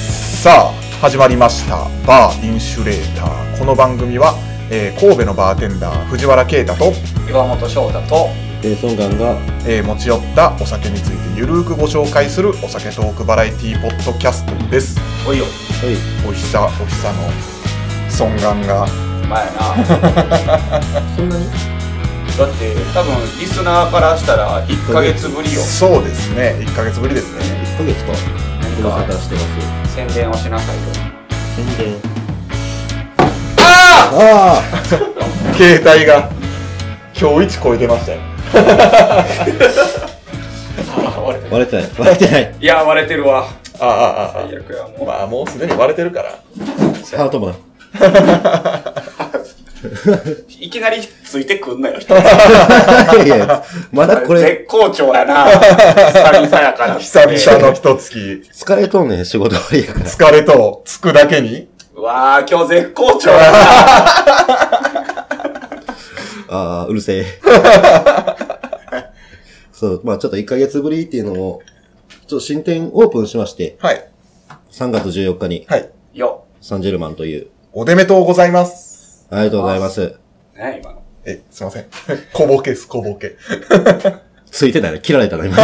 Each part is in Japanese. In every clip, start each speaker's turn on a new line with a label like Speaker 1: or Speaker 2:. Speaker 1: さあ始まりました「バーインシュレーター」この番組は、えー神戸のバーテンダー藤原啓太と、
Speaker 2: 岩本翔太と
Speaker 3: えー、ソンガンが
Speaker 1: えー持ち寄ったお酒についてゆるーくご紹介するお酒トークバラエティポッドキャストです
Speaker 2: おいよ
Speaker 3: はい
Speaker 1: おひさおひさの尊願が
Speaker 2: 前やなだって
Speaker 3: そんなに
Speaker 2: 多分リスナーからしたら1ヶ月ぶりよ
Speaker 1: そうですね1ヶ月ぶりですね
Speaker 3: 1ヶ月か
Speaker 2: 何
Speaker 3: ご無沙
Speaker 2: か
Speaker 3: 汰してます
Speaker 2: 宣伝をしなさいよ
Speaker 3: 宣伝ああ
Speaker 1: 携帯が今日一超えてましたよ
Speaker 2: 割れてる
Speaker 3: 割れてない割れてない
Speaker 2: いや割れてるわ
Speaker 1: ああああ
Speaker 2: 最悪やも
Speaker 1: あまあもうすでに割れてるから
Speaker 3: ハートマン
Speaker 2: ういきなりついてくんなよ
Speaker 3: いやいや まだこれ
Speaker 2: 絶好調やな久々やから
Speaker 1: 久々の一月
Speaker 3: 疲れとんねん仕事終わりや から
Speaker 1: 疲れとつくだけに
Speaker 2: うわあ今日絶好調やな
Speaker 3: ああうるせ えそうまあちょっと1ヶ月ぶりっていうのもちょっと新店オープンしまして
Speaker 1: はい
Speaker 3: 3月14日に
Speaker 1: はい
Speaker 2: よ
Speaker 3: サンジェルマンという
Speaker 1: おでめとうございます
Speaker 3: ありがとうございます
Speaker 2: ね今の
Speaker 1: えすいません 小ボケです小ボケ
Speaker 3: ついてたら切られたな 今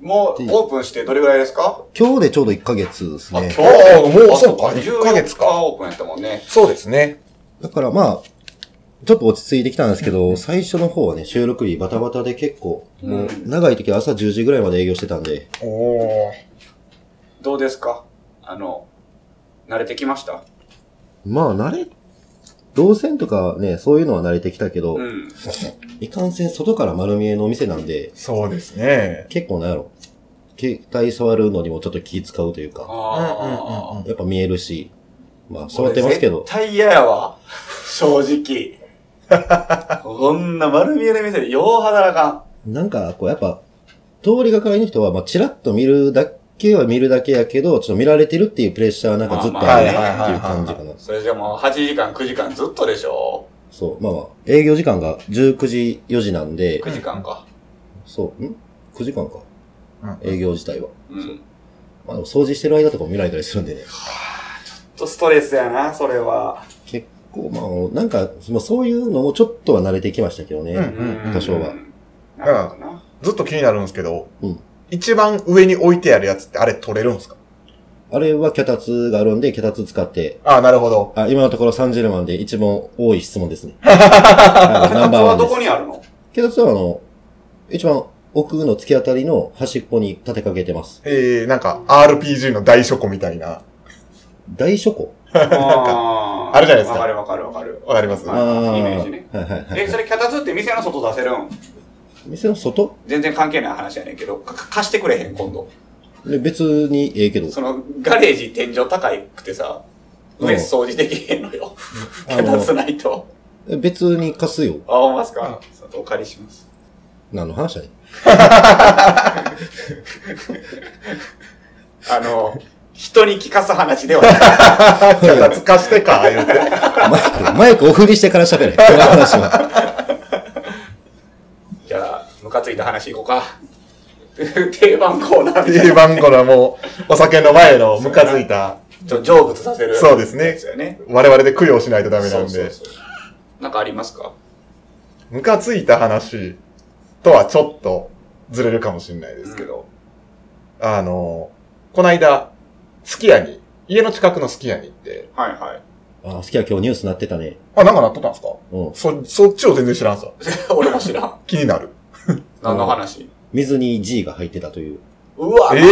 Speaker 2: もうオープンしてどれぐらいですか
Speaker 3: 今日でちょうど1ヶ月ですね
Speaker 1: ああもうそうか1ヶ月か
Speaker 2: 14日オープンやったもんね
Speaker 1: そうですね
Speaker 3: だからまあ、ちょっと落ち着いてきたんですけど、最初の方はね、収録日バタバタで結構、もう長い時は朝10時ぐらいまで営業してたんで、
Speaker 1: おおー
Speaker 2: どうですかあの慣れてきました
Speaker 3: まあ慣れ、動線とかね、そういうのは慣れてきたけど、
Speaker 2: うん
Speaker 3: いかんせん外から丸見えのお店なんで、
Speaker 1: そうですね
Speaker 3: 結構なんやろ、携帯触るのにもちょっと気使うというか、
Speaker 1: うんうんうんうん
Speaker 2: ああ。
Speaker 3: やっぱ見えるし、まあ触ってますけど
Speaker 2: 俺絶、対嫌やわ。正直。こんな丸見えの店でよう働か
Speaker 3: なんかこうやっぱ、通りがかりの人は、まあチラッと見るだけは見るだけやけど、ちょっと見られてるっていうプレッシャーはなんかずっとあるなっていう感じかな。
Speaker 2: ん。それじゃもう8時間、9時間ずっとでしょ
Speaker 3: そう、まあまあ、営業時間が19時、4時なんで、
Speaker 2: ?9 時間か。
Speaker 3: そう、ん ?9 時間か。
Speaker 1: うん
Speaker 3: 営業自体は。
Speaker 2: うん。
Speaker 3: まあでも掃除してる間とかも見られたりするんでね。
Speaker 2: ちょっとストレスやな、それは。
Speaker 3: 結構、まあ、なんか、まあそういうのもちょっとは慣れてきましたけどね。
Speaker 1: うんうんうん
Speaker 3: 多少は。
Speaker 2: なるほどな。
Speaker 1: ずっと気になるんですけど、
Speaker 3: うん
Speaker 1: 一番上に置いてあるやつってあれ取れるんですか
Speaker 3: あれは脚立があるんで、脚立使って、
Speaker 1: ああ、なるほど。
Speaker 3: あ、今のところサンジェルマンで一番多い質 問ですね。はいナ
Speaker 2: 脚立
Speaker 3: ンバーワ
Speaker 2: は
Speaker 3: ンで
Speaker 2: ど
Speaker 3: す
Speaker 2: こ。にあるの
Speaker 3: 脚立はあの、一番奥の突き当たりの端っこに立てかけてます。
Speaker 1: えー、なんか RPG の大書庫みたいな。
Speaker 3: 大書庫
Speaker 2: あー
Speaker 1: あるじゃないですか
Speaker 2: わかるわかるわかる。
Speaker 1: わかります
Speaker 2: はい
Speaker 3: ー
Speaker 2: イメージね
Speaker 3: はいはいはい。
Speaker 2: え、それ脚立って店の外出せるん
Speaker 3: 店の外
Speaker 2: 全然関係ない話やねんけど、か貸してくれへん、今度。
Speaker 3: で別にええけど。
Speaker 2: その、ガレージ天井高いくてさ、
Speaker 3: うん
Speaker 2: 上掃除できへんのよ。
Speaker 3: あの
Speaker 2: 片付ないと。
Speaker 3: 別に貸すよ。
Speaker 2: あ、ほんまっすかちょっとお借りします。
Speaker 3: 何の話だね。
Speaker 2: あの、人に聞かす話ではない。
Speaker 1: 脚立化してか、言うて。
Speaker 3: マイ ク、マイクオフにしてから喋れ。 この話は。
Speaker 2: じゃあ、ムカついた話いこうか。定番コーナーみたい
Speaker 1: 定
Speaker 2: な。
Speaker 1: 番このもう、お酒の前のムカついた、
Speaker 2: ちょ成仏させる。
Speaker 1: そうですね
Speaker 2: やつよね。
Speaker 1: 我々で供養しないとダメなん
Speaker 2: そう
Speaker 1: で
Speaker 2: そ、うそうなんかありますか
Speaker 1: ムカついた話とはちょっとずれるかもしれないで
Speaker 2: ですす
Speaker 1: け
Speaker 2: け
Speaker 1: ど、
Speaker 2: ど。
Speaker 1: あの、こないだ、スキヤに、家の近くのスキヤに行って、
Speaker 2: はいはい。
Speaker 3: あ、好きは今日ニュースなってたね。
Speaker 1: あ、なんかなっとったんですか
Speaker 3: うん。
Speaker 1: そ、そっちを全然知らんさ。
Speaker 2: 俺も知らん。
Speaker 1: 気になる。
Speaker 2: 何の話
Speaker 3: 水に G が入ってたという。
Speaker 2: うわ、
Speaker 1: え
Speaker 2: え
Speaker 1: ー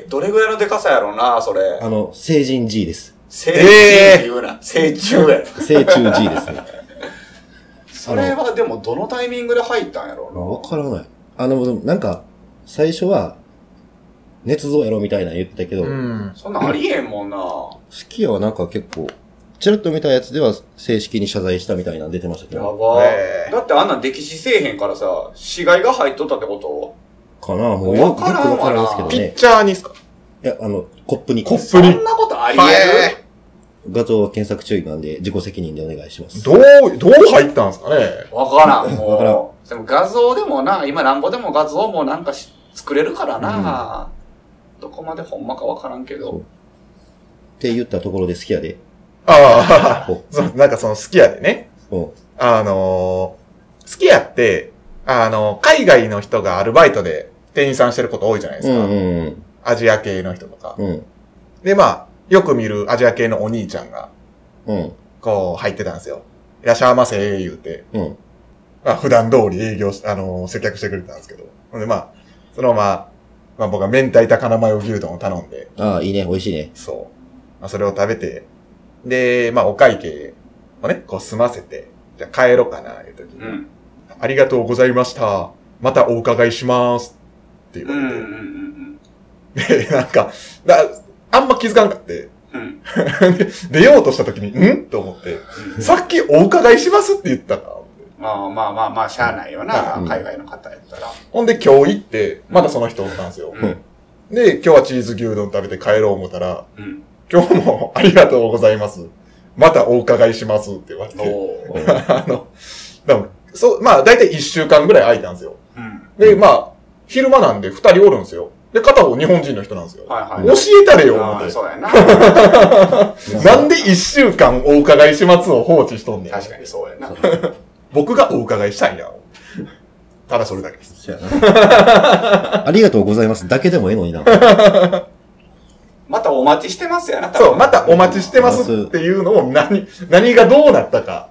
Speaker 2: えどれぐらいのデカさやろうな、それ
Speaker 3: あ。の、成人 G です。
Speaker 2: 成
Speaker 1: えー
Speaker 2: 虫言うな。成虫やろ。
Speaker 3: 成虫 G ですね。
Speaker 2: それはでもどのタイミングで入ったんやろ
Speaker 3: あわ
Speaker 2: う
Speaker 3: からない。あの、でもなんか、最初は、捏造やろみたいなの言ってたけど、
Speaker 1: ん
Speaker 2: な。。そんなんありえんもんな。
Speaker 3: スキヤはなんか結構、ちらっと見たやつでは正式に謝罪したみたいなの出てましたけ
Speaker 2: や
Speaker 3: ど、
Speaker 2: ば、
Speaker 1: ええ
Speaker 2: だってあんなん歴史せえへんからさ、死骸が入っとったってこと
Speaker 3: かなもうよよく
Speaker 2: わからんわな
Speaker 3: わからんですけど
Speaker 1: ピッ
Speaker 3: ね。
Speaker 1: チャーにっすか
Speaker 3: いや、あの、コップに
Speaker 1: コッ
Speaker 2: そ
Speaker 1: プに
Speaker 2: んなことあり
Speaker 1: え
Speaker 2: え
Speaker 3: 画像検索注意なんで、自己責任でお願いします。
Speaker 1: どう、どう入ったんですかね
Speaker 2: るわから ん、
Speaker 3: わから
Speaker 2: もう。でも画像でもな、今なんぼでも画像もなんかし作れるからな。どこまでほんまかわからんけ
Speaker 3: そう
Speaker 2: ど、
Speaker 3: て言ったところで好きやで。
Speaker 1: ああ、
Speaker 3: こ
Speaker 1: そうなんかその好きやでね。
Speaker 3: ううん
Speaker 1: あのー、好きやって、あの、海外の人がアルバイトで店員さんしてること多いじゃないで
Speaker 3: う
Speaker 1: すか。
Speaker 3: んうん
Speaker 1: アジア系の人とか。
Speaker 3: うん。うん。
Speaker 1: で、まあ、よく見るアジア系のお兄ちゃんが、
Speaker 3: うん。
Speaker 1: こう、入ってたんですよ。いらっしゃいませ、言うて。
Speaker 3: うん。
Speaker 1: まあ、普段通り営業し、あのー接客してくれたんですけど。ほんで、まあ、そのまま、まあ僕は明太高菜マヨ牛丼を頼んで、
Speaker 3: ああ、いいね。美味しいね。
Speaker 1: そう。まあ、それを食べて、で、まあ、お会計をね、こう済ませて、じゃあ帰ろうかな、いう時に、
Speaker 2: うん。
Speaker 1: ありがとうございました。またお伺いします。っていうう。
Speaker 2: んうんうん
Speaker 1: で、なんか、だあんま気づかんかって、
Speaker 2: うん。うん。
Speaker 1: で出ようとした時に、んと思って、さっきお伺いしますって言ったな。
Speaker 2: まあまあまあまあ、しゃあないよな、
Speaker 3: うん
Speaker 2: 海外の方やったら。
Speaker 1: ほんで今日行って、まだその人おったんですよ。
Speaker 2: うん。
Speaker 1: で、今日はチーズ牛丼食べて帰ろう思ったら、
Speaker 2: うん。
Speaker 1: 今日もありがとうございます。またお伺いしますって言われて。
Speaker 2: おー
Speaker 1: あの、だからそう、まあ大体1週間ぐらい空いたんですよ。
Speaker 2: うん。
Speaker 1: で、まあ、昼間なんで2人おるんですよ。で、片方日本人の人なんですよ。
Speaker 2: はいは
Speaker 1: 教
Speaker 2: い。
Speaker 1: えたれよ、
Speaker 2: あ
Speaker 1: 思
Speaker 2: あ
Speaker 1: って。
Speaker 2: そう やな。
Speaker 1: なんで1週間お伺いしますを放置しとんねん。
Speaker 2: 確かにそうやな。
Speaker 1: 僕がお伺いしたいな。ただそれだけです。
Speaker 3: そうやなありがとうございます。だけでもええのにな。
Speaker 2: またお待ちしてますやな、多分
Speaker 1: そう、またお待ちしてますっていうのを何、何がどうなったか、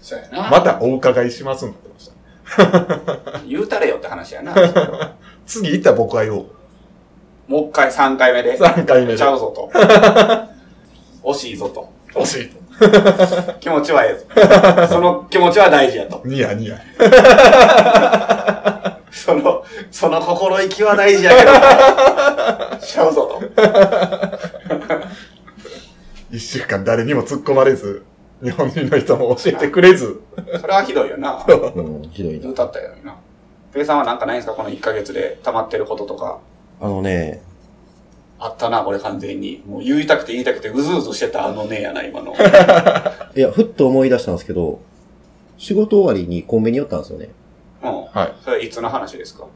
Speaker 2: そうやな。
Speaker 1: またお伺いしますになってました。
Speaker 2: 言うたれよって話やな。
Speaker 1: 次行ったら僕は言おう。
Speaker 2: もう一回3回目で。
Speaker 1: 3回目で
Speaker 2: ち。ゃうぞと。惜しいぞと。
Speaker 1: 惜しいと。
Speaker 2: 気持ちはえ えぞ。その気持ちは大事やと。
Speaker 1: ニヤニヤ。
Speaker 2: その、その心意気は大事やけど、ちゃうぞと。
Speaker 1: 1週間誰にも突っ込まれず、日本人の人も教えてくれず、
Speaker 2: それはひどいよな。
Speaker 3: うん、ひどいな
Speaker 2: 言う。たったよな。ペイさんはなんかないんですかこの1ヶ月で溜まってることとか。
Speaker 3: あのね、
Speaker 2: あったな、これ完全に。もう言いたくて言いたくてうずうずしてたあのねやな、今の。
Speaker 3: いや、ふっと思い出したんですけど、仕事終わりにコンビニ寄ったんですよね。
Speaker 2: うん。
Speaker 1: はい。
Speaker 2: それはいつの話ですか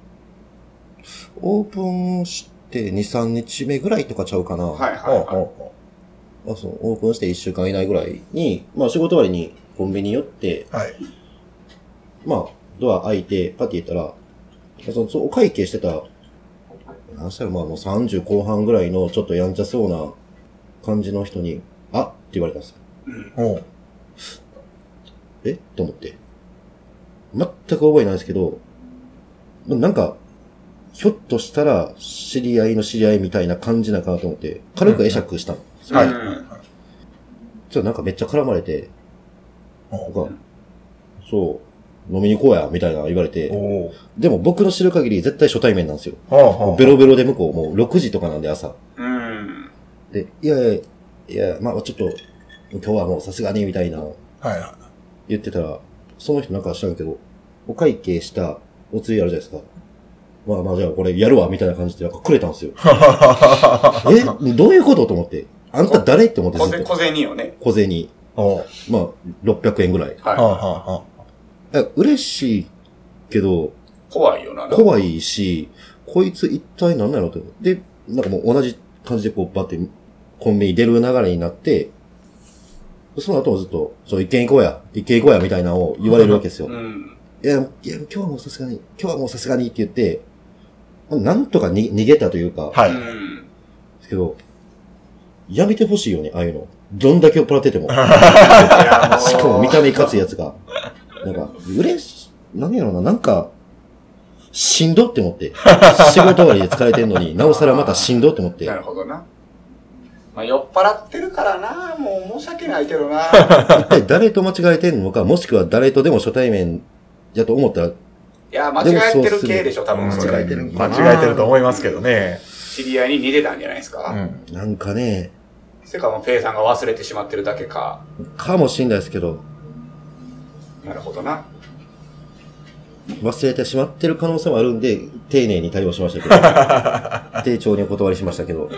Speaker 3: オープンして2、3日目ぐらいとかちゃうかな。
Speaker 2: はいはい
Speaker 1: おう
Speaker 2: はい。
Speaker 1: おうお
Speaker 3: あそう、オープンして1週間以内ぐらいに、まあ仕事終わりにコンビニ寄って、
Speaker 1: うはい。
Speaker 3: まあドア開いて、パッて行ったら、その、そうお会計してた、何したらまあもう30後半ぐらいのちょっとやんちゃそうな感じの人に、あって言われたんですよ。
Speaker 2: うん。
Speaker 1: おう
Speaker 3: えと思って。全く覚えないんですけど、まなんか、ひょっとしたら知り合いの知り合いみたいな感じなのかなと思って、軽く会釈したの。
Speaker 1: はい。
Speaker 2: うん
Speaker 1: はい
Speaker 3: ちょっとなんかめっちゃ絡まれて、なん
Speaker 1: おう
Speaker 3: か、そう、飲みに行こうや、みたいな言われて、
Speaker 1: おう
Speaker 3: でも僕の知る限り絶対初対面なんですよ。
Speaker 1: おう
Speaker 3: ベロベロで向こう、もう6時とかなんで朝。
Speaker 2: うん。
Speaker 3: で、いやいや、いや、まあちょっと、今日はもうさすがに、みたいな
Speaker 1: はいは。
Speaker 3: 言ってたら、その人なんか知らんけど、お会計したお釣りあるじゃないですか。まあまあじゃあこれやるわ、みたいな感じでなんかくれたんですよ
Speaker 1: い。
Speaker 3: えどういうことと思って。あんた誰って思って
Speaker 2: 小
Speaker 3: ず
Speaker 2: 銭
Speaker 3: っ
Speaker 2: 小
Speaker 3: と。
Speaker 2: 銭をね。
Speaker 3: 小銭。
Speaker 1: おう
Speaker 3: まあ、600円ぐらい。
Speaker 1: はあ
Speaker 2: は
Speaker 1: はあはあ
Speaker 3: え嬉しいけど、
Speaker 2: い。怖いよな。
Speaker 3: 怖いし、こいつ一体何なのって。で、なんかもう同じ感じでこうバッてコンビニ出る流れになって、その後もずっと、そう、一軒行こうや、一軒行こうや、みたいなのを言われるわけですよ
Speaker 2: う。ん。
Speaker 3: いや、いや、今日はもうさすがに、今日はもうさすがにって言って、なんとかに逃げたというか、
Speaker 1: は
Speaker 2: う
Speaker 1: い。
Speaker 2: ん。
Speaker 3: ですけど、やめてほしいよね、ああいうの。どんだけ酔っ払ってても。しかも見た目いかついやつが。なんか、嬉し、なんやろな、なんか、しんどって思って。仕事終わりで疲れてんのに、なおさらまたしんどって思って
Speaker 2: な。るほどな。まあ、酔っ払ってるからな、もう申し訳ないけ どな。
Speaker 3: 一体誰と間違えてんのか、もしくは誰とでも初対面やと思ったら、
Speaker 2: いや、間違えてる系でしょ、多分そ
Speaker 3: 間違
Speaker 2: れ。
Speaker 3: えてるん
Speaker 1: 間
Speaker 3: かな
Speaker 1: 違えてると思いますけどね。
Speaker 2: 知り合いに逃げたんじゃないです
Speaker 1: う
Speaker 2: か。
Speaker 1: ん。
Speaker 3: なんかね、
Speaker 2: せかもうペイさんが忘れてしまってるだけか。
Speaker 3: かもしんないですけど、
Speaker 2: なるほどな。
Speaker 3: 忘れてしまってる可能性もあるんで、丁寧に対応しましたけ ど、丁重にお断りしましたけど、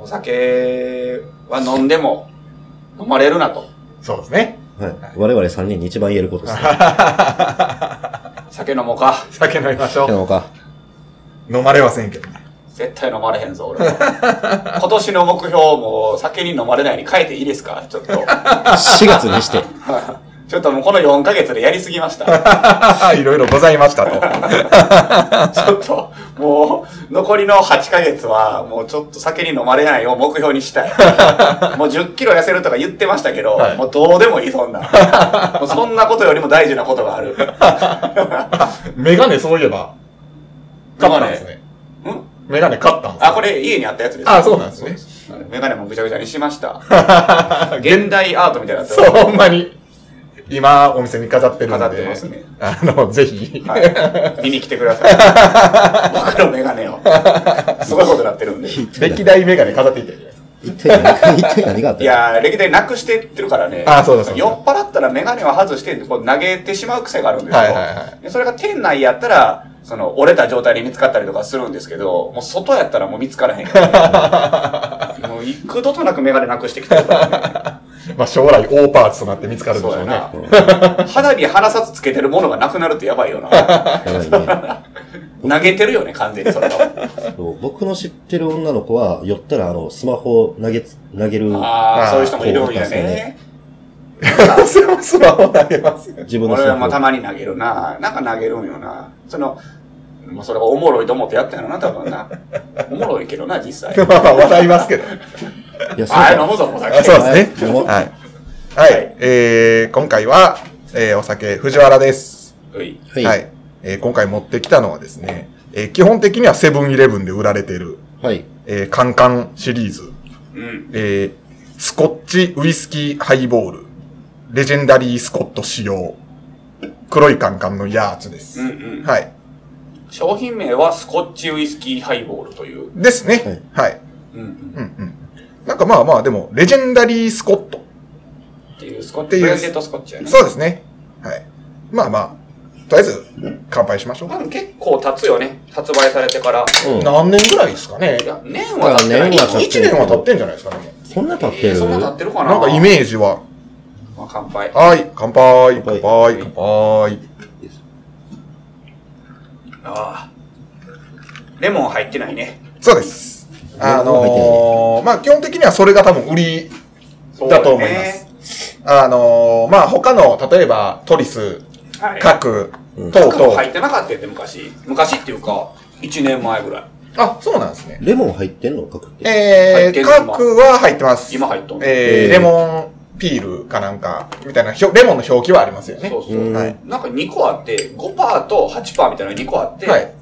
Speaker 2: お酒は飲んでも、飲まれるなと。
Speaker 1: そうですね。
Speaker 3: はい、我々3人に一番言えることですね。
Speaker 2: 酒飲もうか。
Speaker 1: 酒飲みましょ
Speaker 3: なのか。
Speaker 1: う。飲まれませんけどね。
Speaker 2: 絶対飲まれへんぞ、俺 は。今年の目標も酒に飲まれないように変えていいですかちょっと。
Speaker 3: 4月にして。
Speaker 2: ちょっともうこの4ヶ月でやりすぎ ました。
Speaker 1: いろいろございましたと。
Speaker 2: ちょっと、もう、残りの8ヶ月は、もうちょっと酒に飲まれないを目標にしたい。 もう10キロ痩せるとか言ってましたけど、
Speaker 1: はい
Speaker 2: もうどうでもいい、そ んな。もうそんなことよりも大事なことがある。
Speaker 1: メガネそういえば、買ったんですね。
Speaker 2: ん
Speaker 1: メガネ買ったんです
Speaker 2: あ、これ家にあったやつです。
Speaker 1: あそうなんですね
Speaker 2: そうです。メガネもぐちゃぐちゃにし ました。現代アートみたいなやつ
Speaker 1: そう、ほんまに。今、お店に飾ってるんで。
Speaker 2: 飾ってますね
Speaker 1: あの、ぜひ。
Speaker 2: はい、見に来てください。僕のメガネを。すごいことになってるんで。い
Speaker 1: 歴代メガネ飾っていってるじゃないですか。
Speaker 3: 一体何一体何があったの
Speaker 2: やー、歴代なくしてってるからね。
Speaker 1: あそうだそうだ
Speaker 2: 酔っ払ったらメガネは外して、こう投げてしまう癖があるんですよ。
Speaker 1: はいはいは
Speaker 2: でそれが店内やったら、その、折れた状態で見つかったりとかするんですけど、もう外やったらもう見つからへんか ら、ね。もう幾度となくメガネなくしてきてるからね。
Speaker 1: まあ、将来大パーツとなって見つかるんで
Speaker 2: そ
Speaker 1: し
Speaker 2: う
Speaker 1: ょ
Speaker 2: や
Speaker 1: う ね。
Speaker 2: な。肌に鼻札つけてるものがなくなるってやばいよ な。
Speaker 3: やばいね
Speaker 2: 投げてるよね、完全にそれ は。
Speaker 3: そう僕の知ってる女の子は、寄ったら、あの、スマホを投げつ、投げる、
Speaker 2: ああ、そういう人もいるん
Speaker 3: そう
Speaker 2: や
Speaker 3: ですよ
Speaker 2: ね
Speaker 3: ね。
Speaker 1: それもスマホ投げますね。
Speaker 3: 自分のス
Speaker 2: 俺はま
Speaker 3: マ
Speaker 2: あ
Speaker 3: ホ
Speaker 2: た
Speaker 3: を。
Speaker 2: まに投げるな。なんか投げるんよな。その、まあ、それがおもろいと思ってやったんやろな、多分な。 おもろいけどな、実際。
Speaker 1: まあまあ、笑いますけど。
Speaker 3: いや、そう
Speaker 2: あれ飲
Speaker 3: か
Speaker 2: むぞ、お
Speaker 1: あ
Speaker 2: 酒。
Speaker 1: そうですね。
Speaker 3: はい
Speaker 1: はい。はい。えー、今回は、えー、お酒、藤原です。
Speaker 2: うい。
Speaker 3: はい。
Speaker 1: は、
Speaker 3: はい
Speaker 1: えー今回持ってきたのはですね、えー基本的にはセブンイレブンで売られている、
Speaker 3: い。
Speaker 1: えーカンカンシリーズ、
Speaker 2: うん。
Speaker 1: えースコッチウイスキーハイボール、レジェンダリースコット使用、黒いカンカンのやつです。
Speaker 2: うんうん。
Speaker 1: はい。
Speaker 2: 商品名はスコッチウイスキーハイボールという。
Speaker 1: ですね。はい。
Speaker 2: うんうん。
Speaker 1: うんうん。なんかまあまあ、でも、レジェンダリースコット。
Speaker 2: っていうスコッ
Speaker 1: っていう
Speaker 2: チ、ブレンデッドスコッチやね。
Speaker 1: そうですね。はい。まあまあ、とりあえず、乾杯しましょう
Speaker 2: ま
Speaker 1: か。
Speaker 2: あ結構経つよね。発売されてから。
Speaker 3: うん。
Speaker 1: 何年ぐらいですかね
Speaker 2: いや、年は経ってない。
Speaker 3: 年は経ってる
Speaker 1: ?1 年は経ってんじゃないですかね。
Speaker 3: そんな経って
Speaker 2: えー
Speaker 3: る
Speaker 2: そんな経ってるかな
Speaker 1: なんかイメージは。
Speaker 2: まあ乾杯。
Speaker 1: はい、乾杯、乾
Speaker 3: 乾杯
Speaker 1: 杯、乾杯。
Speaker 2: ああ。レモン入ってないね。
Speaker 1: そうです。あのー、まあ基本的にはそれが多分売りだと思います。あのー、まあ他の、例えばトリス、
Speaker 2: す。はい。
Speaker 1: 各
Speaker 3: うん、
Speaker 1: 等
Speaker 2: もう
Speaker 1: 々
Speaker 2: 入。ってなかったって昔。昔っていうか、1年前ぐらい。
Speaker 1: あ、そうなんですね。
Speaker 3: レモン入ってんのかくって。
Speaker 1: え
Speaker 2: 入って
Speaker 1: ー、
Speaker 2: んの今
Speaker 1: 各は入ってます。
Speaker 2: 今入っとんの
Speaker 1: え
Speaker 3: え
Speaker 1: ー、
Speaker 3: ー
Speaker 1: レモンピールかなんか、みたいな、ひょレモンの表記はありますよね。
Speaker 2: そうそうう。
Speaker 3: ん
Speaker 1: はい。
Speaker 2: なんか2個あって、5%と8%みたいな2個あって、
Speaker 1: はい。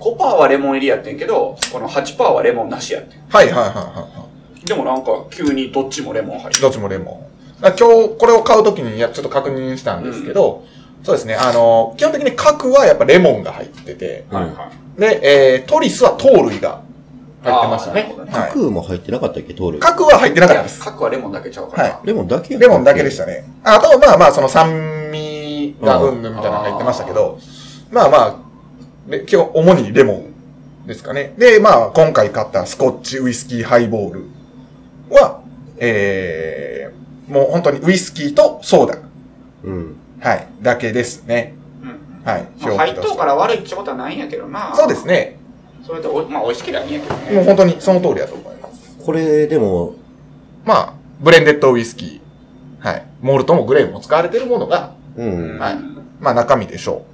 Speaker 2: 5%はレモン入りやってんけど、この8%はレモンなしやってん
Speaker 1: はいはいはいはいは
Speaker 2: でもなんか急にどっちもレモン入
Speaker 1: い。
Speaker 2: る。
Speaker 1: どっちもレモン。だから今日これを買うときにやちょっと確認したんですけど、そうですね。あの、基本的に各はやっぱレモンが入ってて、
Speaker 3: はい
Speaker 2: はい。
Speaker 1: で、えー、トリスは糖類が入ってました
Speaker 2: あーなる
Speaker 1: ね
Speaker 2: ほど。ね
Speaker 1: は
Speaker 3: 角も入ってなかったっけ、糖類
Speaker 1: い。。各は入ってなかったです。
Speaker 2: 核はレモンだけちゃうから。
Speaker 1: は
Speaker 3: レモンだけ
Speaker 1: レモンだけでしたね。あとはまあまあ、その酸味がうんぬんみたいなの入ってましたけど、まあまあ、れ基本、主にレモンですかね。で、まあ、今回買ったスコッチウイスキーハイボールは、えー、もう本当にウイスキーとソー
Speaker 3: うん。
Speaker 1: ダ、はい、だけですね。
Speaker 2: うん
Speaker 1: はい、
Speaker 2: まあ、
Speaker 1: 表
Speaker 2: 入
Speaker 1: 記
Speaker 2: っ
Speaker 1: と
Speaker 2: と
Speaker 1: し
Speaker 2: う
Speaker 1: て
Speaker 2: から悪いっちゅうことはないんやけどな。
Speaker 1: そうです。ね。
Speaker 2: それでお、まあ美味しけりゃいいんやけど
Speaker 1: もう
Speaker 2: ね。
Speaker 1: 本当にその通りだと思います。
Speaker 3: これ、でも、
Speaker 1: まあ、ブレンデッドウイスキー、はい、モルトもグレーンも使われてるものが、
Speaker 3: うん。
Speaker 1: はいまあ中身でしょ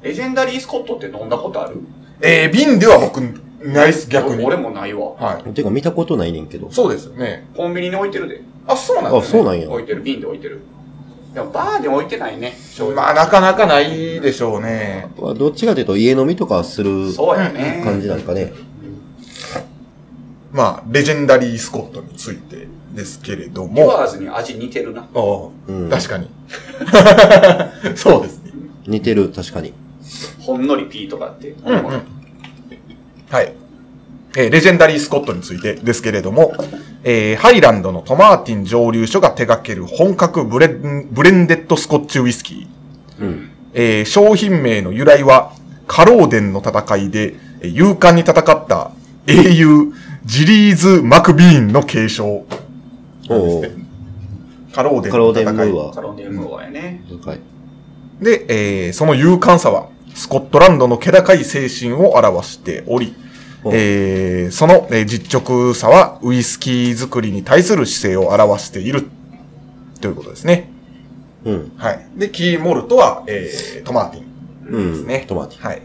Speaker 1: う。
Speaker 2: レジェンダリースコットって飲んだことある
Speaker 1: えー、瓶では僕、ないっす、逆に。
Speaker 2: 俺もないわ。
Speaker 1: はい。
Speaker 3: てか見たことないねんけど。
Speaker 1: そうですよね。
Speaker 2: コンビニに置いてるで。
Speaker 1: あ、そうなん
Speaker 3: あ、
Speaker 1: ですね
Speaker 3: そう。なんや。
Speaker 2: 置いてる、瓶で置いてる。でもバーで置いてないね、正直
Speaker 1: まあ、なかなかないでしょうね。
Speaker 3: まあどっちかというと家飲みとかする
Speaker 2: そうやね。
Speaker 3: 感じなんかね。
Speaker 1: まあ、レジェンダリースコットについてですけれど
Speaker 2: リ
Speaker 1: も。あ
Speaker 2: ワーズに味似てるな。
Speaker 1: あ、
Speaker 3: うん
Speaker 1: 確かに。 そうですね。
Speaker 3: 似てる、確かに。
Speaker 2: ほんのりピーとかって。
Speaker 1: うんうんはい。えーレジェンダリースコットについてですけれども、えーハイランドのトマーティン蒸留所が手掛ける本格ブレンブレンデッドスコッチウイスキー。
Speaker 3: うん。
Speaker 1: えー商品名の由来は、カローデンの戦いで、えー勇敢に戦った英雄、ジリーズ・マクビーンの継承。
Speaker 3: おお。
Speaker 1: カローデン
Speaker 3: カロ
Speaker 1: の
Speaker 3: ーデンム
Speaker 1: 戦
Speaker 3: ー
Speaker 1: い。
Speaker 2: カ
Speaker 3: は。
Speaker 2: ロンデンムーアやね。
Speaker 3: 深い。
Speaker 1: で、えーその勇敢さは、スコットランドの気高い精神を表しており、
Speaker 3: うん
Speaker 1: えーその、えー実直さはウイスキー作りに対する姿勢を表しているということですね。
Speaker 3: うん。
Speaker 1: はい。で、キーモルトは、えートマーティン
Speaker 3: うん。
Speaker 1: ですね。
Speaker 3: トマティ。
Speaker 1: はい。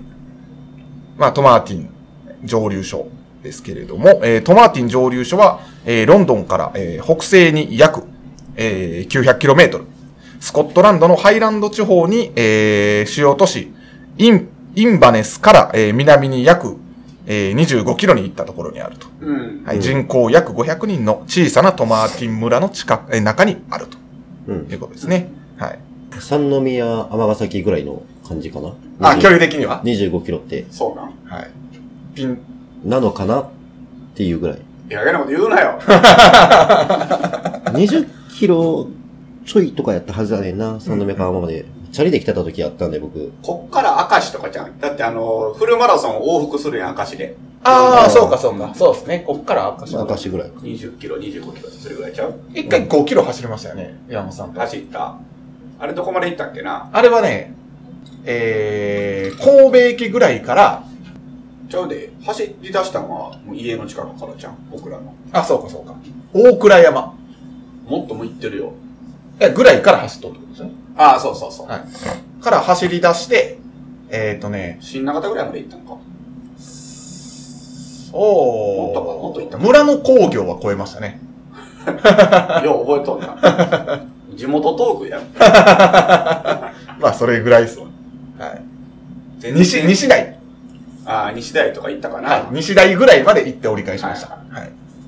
Speaker 1: まあ、トマーティン蒸留所ですけれども、えートマーティン蒸留所は、えーロンドンから、えー北西に約、えー 900km、スコットランドのハイランド地方に、えー主要都市、イン、インバネスから、えー南に約、えー25キロに行ったところにあると。
Speaker 2: うん。
Speaker 1: はい、人口約500人の小さなトマーティン村の近く、えー中にあると
Speaker 3: うん
Speaker 1: い。うことですね。はい。
Speaker 3: 三宮、尼崎ぐらいの感じかな。
Speaker 1: あ、
Speaker 3: 20
Speaker 1: 距離的には
Speaker 3: 25キロって、
Speaker 2: そうなん。
Speaker 1: はい。ピン、
Speaker 3: なのかなっていうぐらい。
Speaker 2: いや、嫌なこと言うなよ。
Speaker 3: 20キロちょいとかやったはずだねんな、三宮からまで。チャリで来てた時やったんで、僕。
Speaker 2: こっから明石とかじゃん。だってあの、フルマラソン往復するやん、明石で。
Speaker 1: ああ、そうかそうか。そうですね。こっから明石まで
Speaker 3: 明石ぐらい。
Speaker 2: 20キロ、25キロ、それぐらいちゃう
Speaker 1: 一回5キロ走りましたよね、山本さんと。
Speaker 2: 走った。あれどこまで行ったっけな
Speaker 1: あれはね、えー、神戸駅ぐらいから、
Speaker 2: ちゃうで、走り出したのはもう家の近くからじゃん、僕らの。
Speaker 1: あ、そうかそうか。大倉山
Speaker 2: もっとも行ってるよ。
Speaker 1: えぐらいから走っとるってことですね。
Speaker 2: ああ、そうそうそう。
Speaker 1: はい。から走り出して、えっ、ー、とね、
Speaker 2: 新長田ぐらいまで行ったんか。
Speaker 1: おー
Speaker 2: もっとかもっと行ったか
Speaker 1: 村の工業は超えましたね。
Speaker 2: よう覚えとんな。地元トークやん。
Speaker 1: まあ、それぐらいですわ。はい。
Speaker 2: 全然
Speaker 1: 西、西台。
Speaker 2: ああ、西大とか行ったかな。
Speaker 1: はい。西台ぐらいまで行って折り返しました。は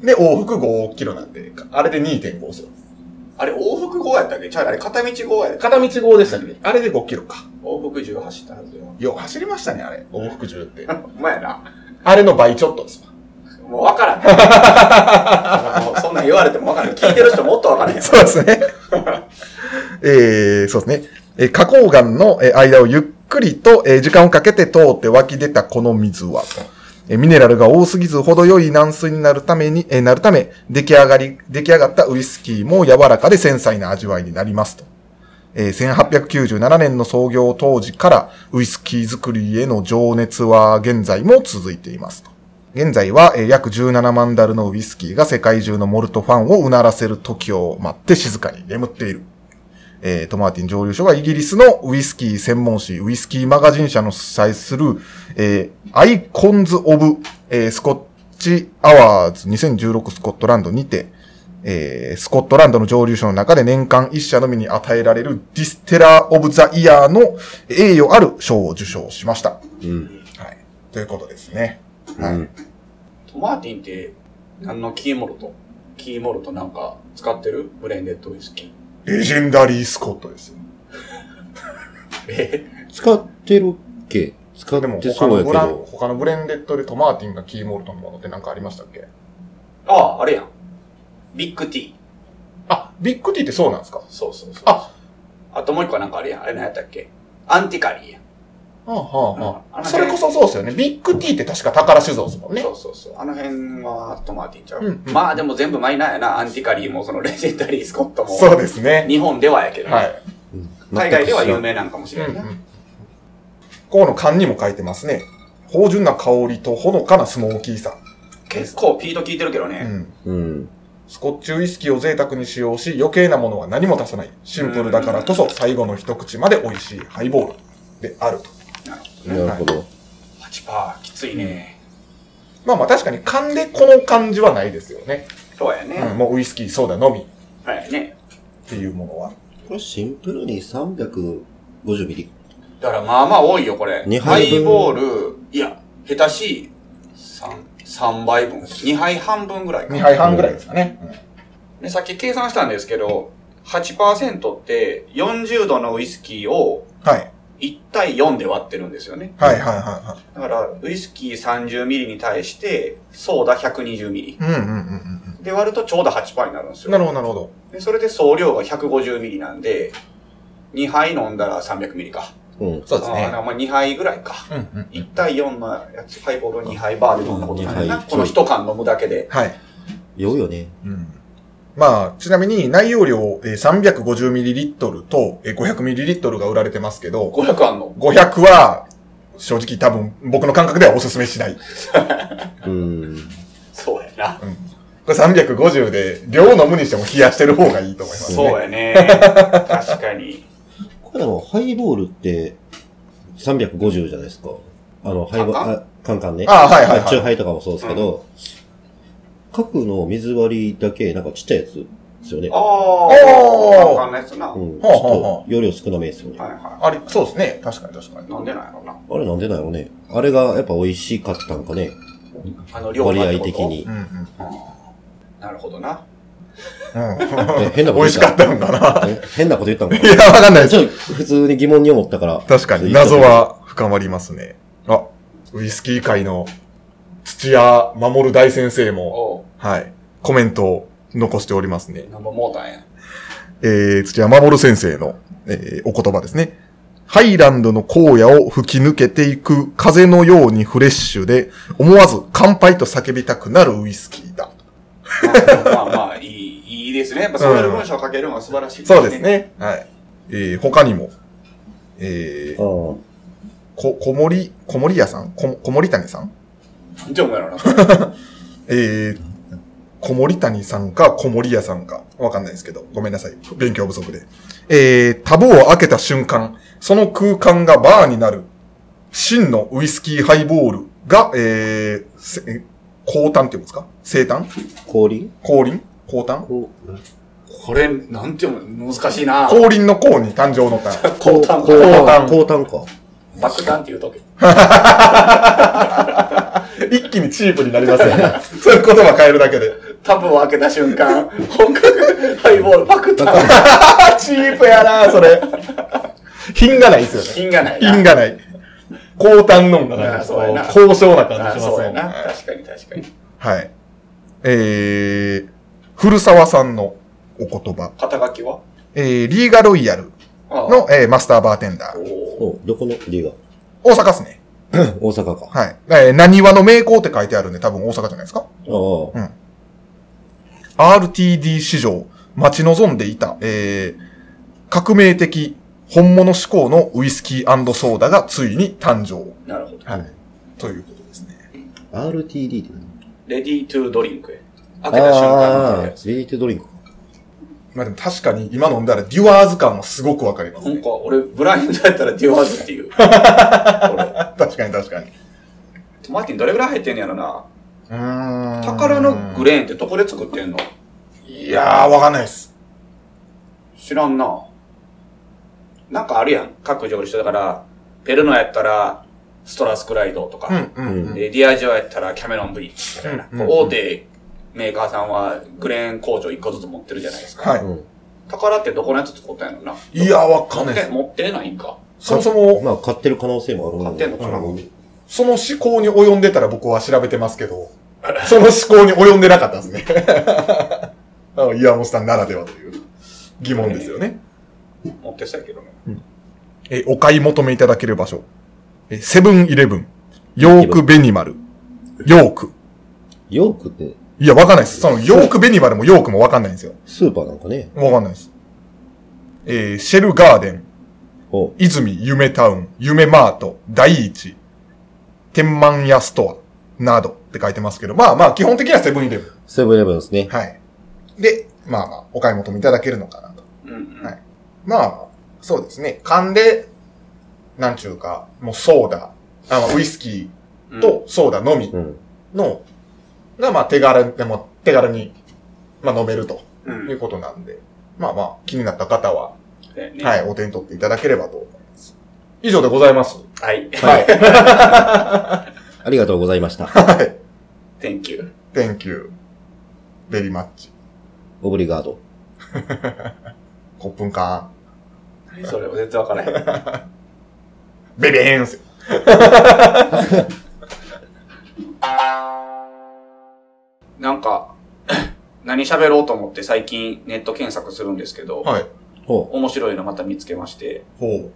Speaker 1: い。で、往復5キロなんで、あれで2.5ですよ。
Speaker 2: あれ往復5やったっけちゃうあれ片道5やで。
Speaker 1: 片道5でしたね。あれで5キロか。
Speaker 2: 往復10走ったはずよ。
Speaker 1: よう走りましたね、あれ。往復10って。
Speaker 2: ほんまやな。
Speaker 1: あれの倍ちょっとですわ。
Speaker 2: もうわからん。もうそんなん 言われてもわからん。聞いてる人もっとわからんや ん。
Speaker 1: そうですね。 えー、そうですね。えー花崗岩のえー間をゆっくりと、えー時間をかけて通って湧き出たこの水は、えーミネラルが多すぎず程よい軟水になるために、えーなるため、出来上がり、出来上がったウイスキーも柔らかで繊細な味わいになりますと。えー1897年の創業当時からウイスキー作りへの情熱は現在も続いていますと。現在は、えー約17万ダルのウイスキーが世界中のモルトファンをうならせる時を待って静かに眠っている。えートマーティン蒸留所はイギリスのウイスキー専門誌、ウイスキーマガジン社の主催する、えーアイコンズ・オブ、えースコッチ・アワーズ2016スコットランドにて、えースコットランドの蒸留所の中で年間一社のみに与えられるディステラー・オブ・ザ・イヤーの栄誉ある賞を受賞しました。は
Speaker 3: うん。
Speaker 1: い。ということですね。
Speaker 3: う
Speaker 1: はい。
Speaker 3: ん。
Speaker 2: トマーティンって、何のキーモルトキーモルトなんか使ってるブレンデッドウイスキー。
Speaker 1: レジェンダリー・スコットですよ。
Speaker 2: え
Speaker 3: 使ってるっけ使っ
Speaker 1: でも
Speaker 3: て
Speaker 1: 他
Speaker 3: そう
Speaker 1: の
Speaker 3: やけ
Speaker 1: ブラン
Speaker 3: ど。
Speaker 1: 他のブレンデッドでトマーティンがキーモルトのものって何かありましたっけ
Speaker 2: ああ、あれやん。ビッグティー。
Speaker 1: あ、ビッグティーってそうなんですか
Speaker 2: そうそうそう。
Speaker 1: あ
Speaker 2: あともう一個なんかあれやん。あれ何やったっけアンティカリーやん。
Speaker 1: はあはあ
Speaker 2: う
Speaker 1: はあ、
Speaker 2: ん
Speaker 1: それこそそうですよね。ビッグティーって確か宝酒造ですもんね
Speaker 2: そ。うそうそう。あの辺はトマーティンちゃう。
Speaker 1: うんうん
Speaker 2: まあでも全部マイナーやな。アンティカリーもそのレジェンダリースコットも。
Speaker 1: そうですね。
Speaker 2: 日本ではやけど、ね
Speaker 1: はい。
Speaker 3: うん
Speaker 2: 海外では有。名なんかもし
Speaker 1: うん
Speaker 2: れ
Speaker 1: うん
Speaker 2: ないな。
Speaker 1: ん。ここの缶にも書いてますね。芳醇な香りとほのかなスモーキーさ。
Speaker 2: 結構ピート効いてるけど
Speaker 1: う
Speaker 2: ね。
Speaker 1: ん。
Speaker 3: うん。
Speaker 1: スコッチウイスキーを贅沢に使用し、余計なものは何も足さない。シンプルだからこそ、最後の一口まで美味しいハイボールであると。
Speaker 2: なるほどね。
Speaker 3: なるほど。
Speaker 2: 8%パー、きついね。
Speaker 1: まあまあ確かに缶でこの感じはないですよね。
Speaker 2: そうやね。
Speaker 1: うん、もうウイスキー、ソーダのみっ
Speaker 2: そうやね。
Speaker 1: ていうものは。
Speaker 3: これシンプルに350ミリ。
Speaker 2: だからまあまあ多いよ、これ。
Speaker 3: 二
Speaker 2: ハ
Speaker 3: 杯分
Speaker 2: イボール、いや、下手しい3、三杯分。2杯半分ぐらいか。
Speaker 1: 2杯半ぐらいですかね。
Speaker 2: でさっき計算したんですけど、8%って40度のウイスキーを
Speaker 1: はい。
Speaker 2: 1対4で割ってるんですよね。
Speaker 1: はいはいは
Speaker 2: だから、ウイスキー30ミリに対して、ソーダ120ミリ
Speaker 1: い。。はい。うんうんうん
Speaker 2: で割るとちょうど8パーになるんです
Speaker 1: う
Speaker 2: よ。
Speaker 1: ん。なるほどなるほど。
Speaker 2: でそれで総量が150ミリなんで、2杯飲んだら300ミリか。
Speaker 3: うん。
Speaker 1: そう
Speaker 2: あーだからまあ2杯ぐらいか。
Speaker 1: うんうん。
Speaker 2: 1対4のやつ、ハイボール2杯バーで飲んだことない
Speaker 3: うん
Speaker 2: な。
Speaker 3: 二杯
Speaker 2: この1缶飲むだけで。
Speaker 1: はい。
Speaker 3: 酔うよね。
Speaker 1: うん。まあ、ちなみに内容量えー 350ml とえー 500ml が売られてますけど、
Speaker 2: 500缶の。
Speaker 1: 500は正直多分僕の感覚ではおすすめしない。
Speaker 3: うん。
Speaker 2: そうやな。
Speaker 1: これ350で量飲むにしても冷やしてる方がいいと思います。
Speaker 2: そうやね。確かに。
Speaker 3: これでも、ハイボールって、350じゃないですか。あの、ハイボー
Speaker 2: カンカン
Speaker 3: ル、あカンカンね。
Speaker 1: あはいはいはい
Speaker 3: まあチューハイとかもそうですけど、各の水割りだけ、なんかちっちゃいやつですよね。
Speaker 1: ー
Speaker 2: ああ。簡単なやつな。
Speaker 3: う
Speaker 2: はい
Speaker 3: ん。ち
Speaker 1: ほうほうほう
Speaker 3: ょっと、容量少なめですよね。
Speaker 2: は
Speaker 1: あれ、そうですね。確かに確かに
Speaker 2: い。。飲んでないのな。
Speaker 3: あれなんでだろうね。あれがやっぱ美味しかったんかね。
Speaker 2: あの、量が
Speaker 3: 割
Speaker 2: ってこ
Speaker 3: 合
Speaker 2: と
Speaker 3: 的。に
Speaker 1: う。んうん。
Speaker 2: なるほどな。
Speaker 1: うん
Speaker 3: え変なこと言った
Speaker 1: 美味しかったんかな。
Speaker 3: え変なこと言ったのか
Speaker 1: いや、わかんないです。
Speaker 3: ちょっと普通に疑問に思ったから。
Speaker 1: 確かに
Speaker 3: ちょっと
Speaker 1: 謎は深まりますね。あ、ウイスキー界の土屋守大先生も、
Speaker 2: おう。
Speaker 1: はい、コメントを残しておりますね。
Speaker 2: ナンバーモーターや。
Speaker 1: えー、土屋守先生の、えーお言葉ですね。ハイランドの荒野を吹き抜けていく風のようにフレッシュで、思わず乾杯と叫びたくなるウイスキーだ。
Speaker 2: まあまあまあ、いい、いいですね。やっぱそういう文章を書けるのは素晴らしい、
Speaker 1: そうです。ね。はい。えー、他にも、えー、
Speaker 3: あ
Speaker 1: こ、小森、小森屋さんこ、小森谷さん
Speaker 2: なんて思うやろな。
Speaker 1: えー、小森谷さんか小森屋さんか、わかんないですけど、ごめんなさい。勉強不足で。えー、タブを開けた瞬間、その空間がバーになる、真のウイスキーハイボールが、えー、せえ高炭って言うんですか生炭
Speaker 3: あ、氷
Speaker 1: 降臨高炭
Speaker 3: こ
Speaker 2: これ、なんて読む難しいな。
Speaker 1: 降臨の降に誕生の炭。
Speaker 2: 高
Speaker 3: 炭
Speaker 2: 単
Speaker 3: か。
Speaker 2: 価。
Speaker 3: 高炭か。
Speaker 2: 爆弾って言うとけ。
Speaker 1: 一気にチープになりますよね。そういう言葉変えるだけで。
Speaker 2: タブを開けた瞬間、本格ハイボール、爆弾。
Speaker 1: あ、チープやなそれ。品がないですよね。
Speaker 2: 品がないな。
Speaker 1: 品がない。高単のんがな
Speaker 2: あそうやな
Speaker 1: 高尚な感
Speaker 2: あ
Speaker 1: じしま
Speaker 2: そ
Speaker 1: す
Speaker 2: うや
Speaker 1: よね。
Speaker 2: な。確かに確かに。
Speaker 1: はい。えー、古沢さんのお言葉。
Speaker 2: 肩書きは
Speaker 1: えー、リーガロイヤル
Speaker 2: ああ
Speaker 1: の、えーマスターバーテンダー。
Speaker 2: おー
Speaker 3: おどこのリーが
Speaker 1: 大阪っすね。
Speaker 3: 大阪か。ああ。
Speaker 1: はい。えー、何話の名工って書いてあるんで多分大阪じゃないですか。RTD 市場、待ち望んでいた、えー、革命的、本物志向のウイスキーソーダがついに誕生。
Speaker 2: なるほど。
Speaker 1: はい。ということですね。
Speaker 3: RTD って何
Speaker 2: レディートゥードリンクへ。開けた瞬間に
Speaker 3: ああ、レイテドリンクか。
Speaker 1: まあでも確かに今飲んだらデュアーズ感はすごくわかります
Speaker 2: なん
Speaker 1: ね。
Speaker 2: か、俺、ブラインドやったらデュアー ズっていう。俺
Speaker 1: 確かに確かに。
Speaker 2: トマティンどれぐらい入ってんのやろな。
Speaker 1: うーん。
Speaker 2: 宝のグレーンってどこで作ってんの
Speaker 1: いやー、わかんないです。
Speaker 2: 知らんな。なんかあるやん。各上司だから、ペルノやったら、ストラスクライドとか、
Speaker 1: うん、うん、うん。
Speaker 2: でディアジオやったらキャメロンブリッジみたいな。
Speaker 1: うんうん
Speaker 2: 大手メーカーさんはグレーン工場一個ずつ持ってるじゃないですか。
Speaker 1: はい。
Speaker 3: うん。
Speaker 2: 宝ってどこのやつ作ったんやろな。
Speaker 1: いやー、わかんな
Speaker 2: 持っ
Speaker 1: いで
Speaker 2: て、
Speaker 1: す。
Speaker 2: 持ってないんか。
Speaker 1: そもそも、
Speaker 3: まあ、買ってる可能性もあるな
Speaker 2: 買ってんのかな。
Speaker 1: うんその思考に及んでたら僕は調べてますけど、その思考に及んでなかったですね。 あの岩本さんならではという疑問ですよね。
Speaker 2: 持ってそうやけどね。
Speaker 1: え、お買い求めいただける場所。え、セブンイレブン、ヨークベニマル、ヨーク。
Speaker 3: ヨークって、
Speaker 1: いや、わかんないです。その、ヨークベニマルもヨークもわかんないんですよ。
Speaker 3: スーパーなんかね。
Speaker 1: わかんないです。えーシェルガーデン、
Speaker 3: お
Speaker 1: 泉夢タウン、夢マート、第一、天満屋ストア、などって書いてますけど、まあまあ、基本的にはセブンイレブン。
Speaker 3: セブンイレブンですね。
Speaker 1: はい。で、まあまあ、お買い求めいただけるのかなと。
Speaker 2: うんうん。
Speaker 1: はいまあ、そうですね。勘で、なんちゅうか、もうソーダ、あの、ウイスキ
Speaker 2: う
Speaker 1: ー
Speaker 2: ん、
Speaker 1: とソーダのみ
Speaker 3: うん。
Speaker 1: の、が、まあ、手軽でも、手軽に、まあ、飲めると
Speaker 2: う。
Speaker 1: いうんことなんで、まあまあ、気になった方は、
Speaker 2: だよね
Speaker 1: はい、お手に取っていただければと思います。以上でございます。
Speaker 2: はい。
Speaker 1: はい。
Speaker 3: ありがとうございました。
Speaker 2: Thank you.
Speaker 1: Thank you. very much.
Speaker 3: オブリガード。
Speaker 1: コップンカ
Speaker 2: それは全然わからへん。
Speaker 1: ーン。ベベーンっすよ
Speaker 2: なんか、 何喋ろうと思って最近ネット検索するんですけど、
Speaker 1: はい。
Speaker 3: お
Speaker 2: 面白いのまた見つけまして、
Speaker 1: ほ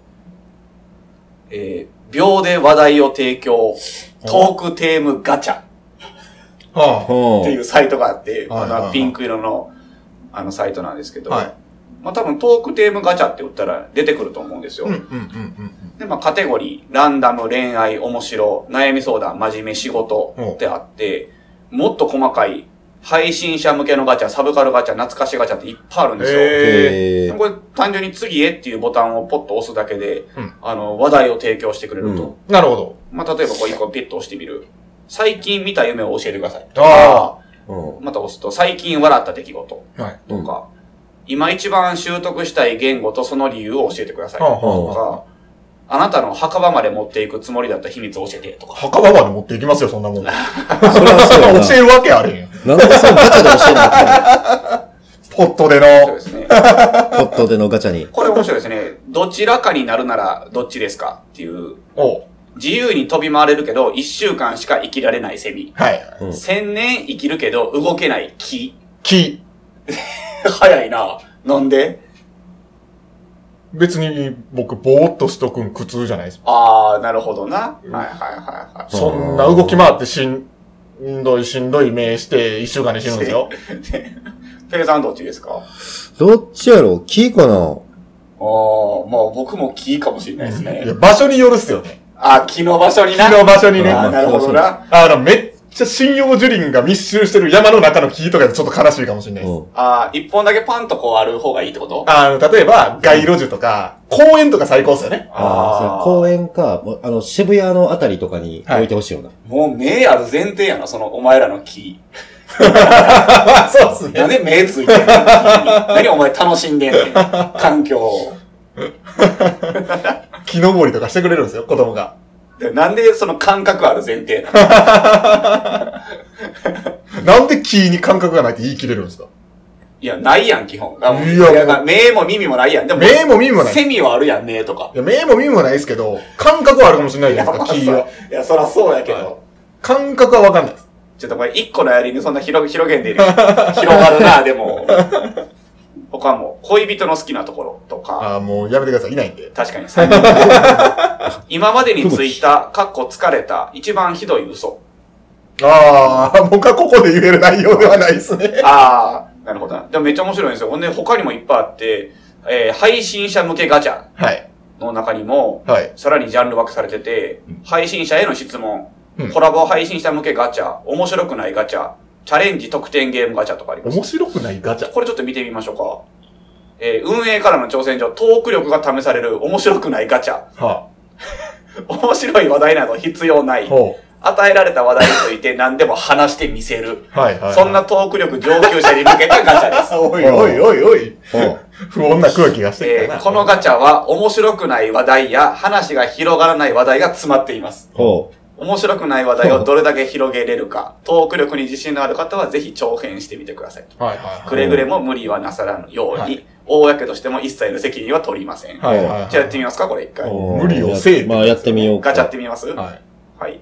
Speaker 2: えー、秒で話題を提供、トークテームガチャっ
Speaker 1: う。は
Speaker 3: お
Speaker 2: ていうサイトがあって、
Speaker 1: はいはいはい
Speaker 2: あのピンク色の、あのサイトなんですけ
Speaker 1: あ。
Speaker 2: ど、
Speaker 1: はい。
Speaker 2: まあ多分トークテームガチャって打ったら出てくると思うんですよ。
Speaker 1: うんうんうんうんうん。
Speaker 2: で、まあ、カテゴリー、ランダム、恋愛、面白、悩み相談、真面目、仕事ってあって、もっと細かい、配信者向けのガチャ、サブカルガチャ、懐かしガチャっていっぱいあるんですよ。
Speaker 1: へ
Speaker 3: えー、
Speaker 2: これ単純に次へっていうボタンをポッと押すだけで、
Speaker 1: うん
Speaker 2: あの、話題を提供してくれると。
Speaker 1: なるほど。
Speaker 2: まあ、例えばこう一個ピッと押してみる。最近見た夢を教えてください。
Speaker 1: あ
Speaker 3: うん。
Speaker 2: また押すと、最近笑った出来事
Speaker 1: はい。
Speaker 2: とか、今一番習得したい言語とその理由を教えてください。
Speaker 1: はあは
Speaker 2: と
Speaker 1: あはあ
Speaker 2: か、あなたの墓場まで持っていくつもりだった秘密を教えてとか。
Speaker 1: 墓場まで持っていきますよ、そん なもん。教
Speaker 3: それはそ
Speaker 1: え
Speaker 3: うや
Speaker 1: るわけあれへん。
Speaker 3: な。なんでそのガチャで教えな
Speaker 1: ポットで
Speaker 2: そう
Speaker 1: の
Speaker 2: で。すね。
Speaker 3: いのポットでのガチャに。
Speaker 2: これ面白いですね。どちらかになるならどっちですかっていう。
Speaker 1: おう
Speaker 2: 自由に飛び回れるけど、一週間しか生きられないセミ。
Speaker 1: はい。
Speaker 3: うん
Speaker 2: 千年生きるけど動けない木。
Speaker 1: 木。
Speaker 2: 早いな。なんで
Speaker 1: 別に僕、ぼーっとしとくん苦痛じゃないですか。
Speaker 2: ああ、なるほどな。はいはいはいは
Speaker 1: そんな動き回ってしんどい、しんどい目して、一週間で死ぬんですよ。
Speaker 2: い。ペイさんどっちですかああ、
Speaker 3: どっちやろう木か
Speaker 2: ま
Speaker 3: な
Speaker 2: あ僕も木かもしれないです
Speaker 1: い
Speaker 2: ね
Speaker 1: や。場所によるっすよね。
Speaker 2: あ、木の場所にな。
Speaker 1: 木の場所にね。
Speaker 2: あー
Speaker 1: あ
Speaker 2: なるほどな。
Speaker 1: の、めっちゃ針葉樹林が密集してる山の中の木とかでちょっと悲しいかもしれないです。
Speaker 3: う
Speaker 2: あー一本だけパンとこうある方がいいってこと
Speaker 1: あの、例えば、街路樹とか、公園とか最高っすよね。
Speaker 3: ん。ああ、そう公園か、もうあの、渋谷のあたりとかに置いてほしいよな。
Speaker 2: もう目ある前提やな、そのお前らの木。
Speaker 1: そうっす
Speaker 2: なん。で目ついて んの木に何お前楽しんでんねん。環境を。
Speaker 1: 木登りとかしてくれるんですよ、子供が。
Speaker 2: でなんでその感覚ある前提なの
Speaker 1: なんで木に感覚がないって言い切れるんですか
Speaker 2: いや、ないやん、基本。あもう
Speaker 1: いや
Speaker 2: いや目も耳もないやん。でも、
Speaker 1: 目も耳もない
Speaker 2: セミはあるやん、目とか。
Speaker 1: いや、目も耳もないですけど、感覚はあるかもしれないじゃないですか、
Speaker 2: い
Speaker 1: 木
Speaker 2: やまあ
Speaker 1: は。
Speaker 2: そういや、そらそうやけど。
Speaker 1: は感覚はわかんないです。
Speaker 2: ちょっとこれ、一個のやりにそんな広、広げんでい る。広がるな、でも。他はもう、恋人の好きなところとか、
Speaker 1: ああ、もうやめてください、いないんで。
Speaker 2: 確かに 最近。今までについた、かっこ疲れた、一番ひどい嘘。
Speaker 1: ああ、僕はここで言える内容ではないですね。
Speaker 2: ああ、なるほどな。でもめっちゃ面白いんですよ。ほんで、他にもいっぱいあって、えー配信者向けガチャ
Speaker 1: はい。
Speaker 2: の中にも、
Speaker 1: はい。
Speaker 2: さらにジャンル分けされてて、配信者への質問、
Speaker 1: うん
Speaker 2: コラボ配信者向けガチャ、面白くないガチャ、チャレンジ特典ゲームガチャとかあります。
Speaker 1: 面白くないガチャ。
Speaker 2: これちょっと見てみましょうか。えー運営からの挑戦状、トーク力が試される面白くないガチャ。
Speaker 1: は
Speaker 2: 面白い話題など必要な
Speaker 1: あ、
Speaker 2: い。
Speaker 1: ほ
Speaker 2: 与えられた話題について何でも話してみせる。
Speaker 1: う。はい、はいはい。
Speaker 2: そんな。トーク力上級者に向けたガ チャです。
Speaker 1: おいおいおいおい。
Speaker 3: うん。
Speaker 1: 不穏な空気がして
Speaker 2: え
Speaker 1: きたな。
Speaker 2: ーこのガチャは面白くない話題や話が広がらない話題が詰まっています。
Speaker 3: ほ
Speaker 2: 面白くない話題をどれだけ広げれるか、トーク力に自信のある方はぜひ挑戦してみてください。
Speaker 1: はいはい
Speaker 2: くれぐれも無理はなさらぬように、
Speaker 1: はい
Speaker 2: 公としても一切の責任は取りません。
Speaker 1: はい。はいはいはい。
Speaker 2: じゃあやってみますかこれ一回。
Speaker 3: ううん。
Speaker 1: 無理をせえ
Speaker 3: まあやってみようか。
Speaker 2: ガチャってみますはい。
Speaker 1: はい。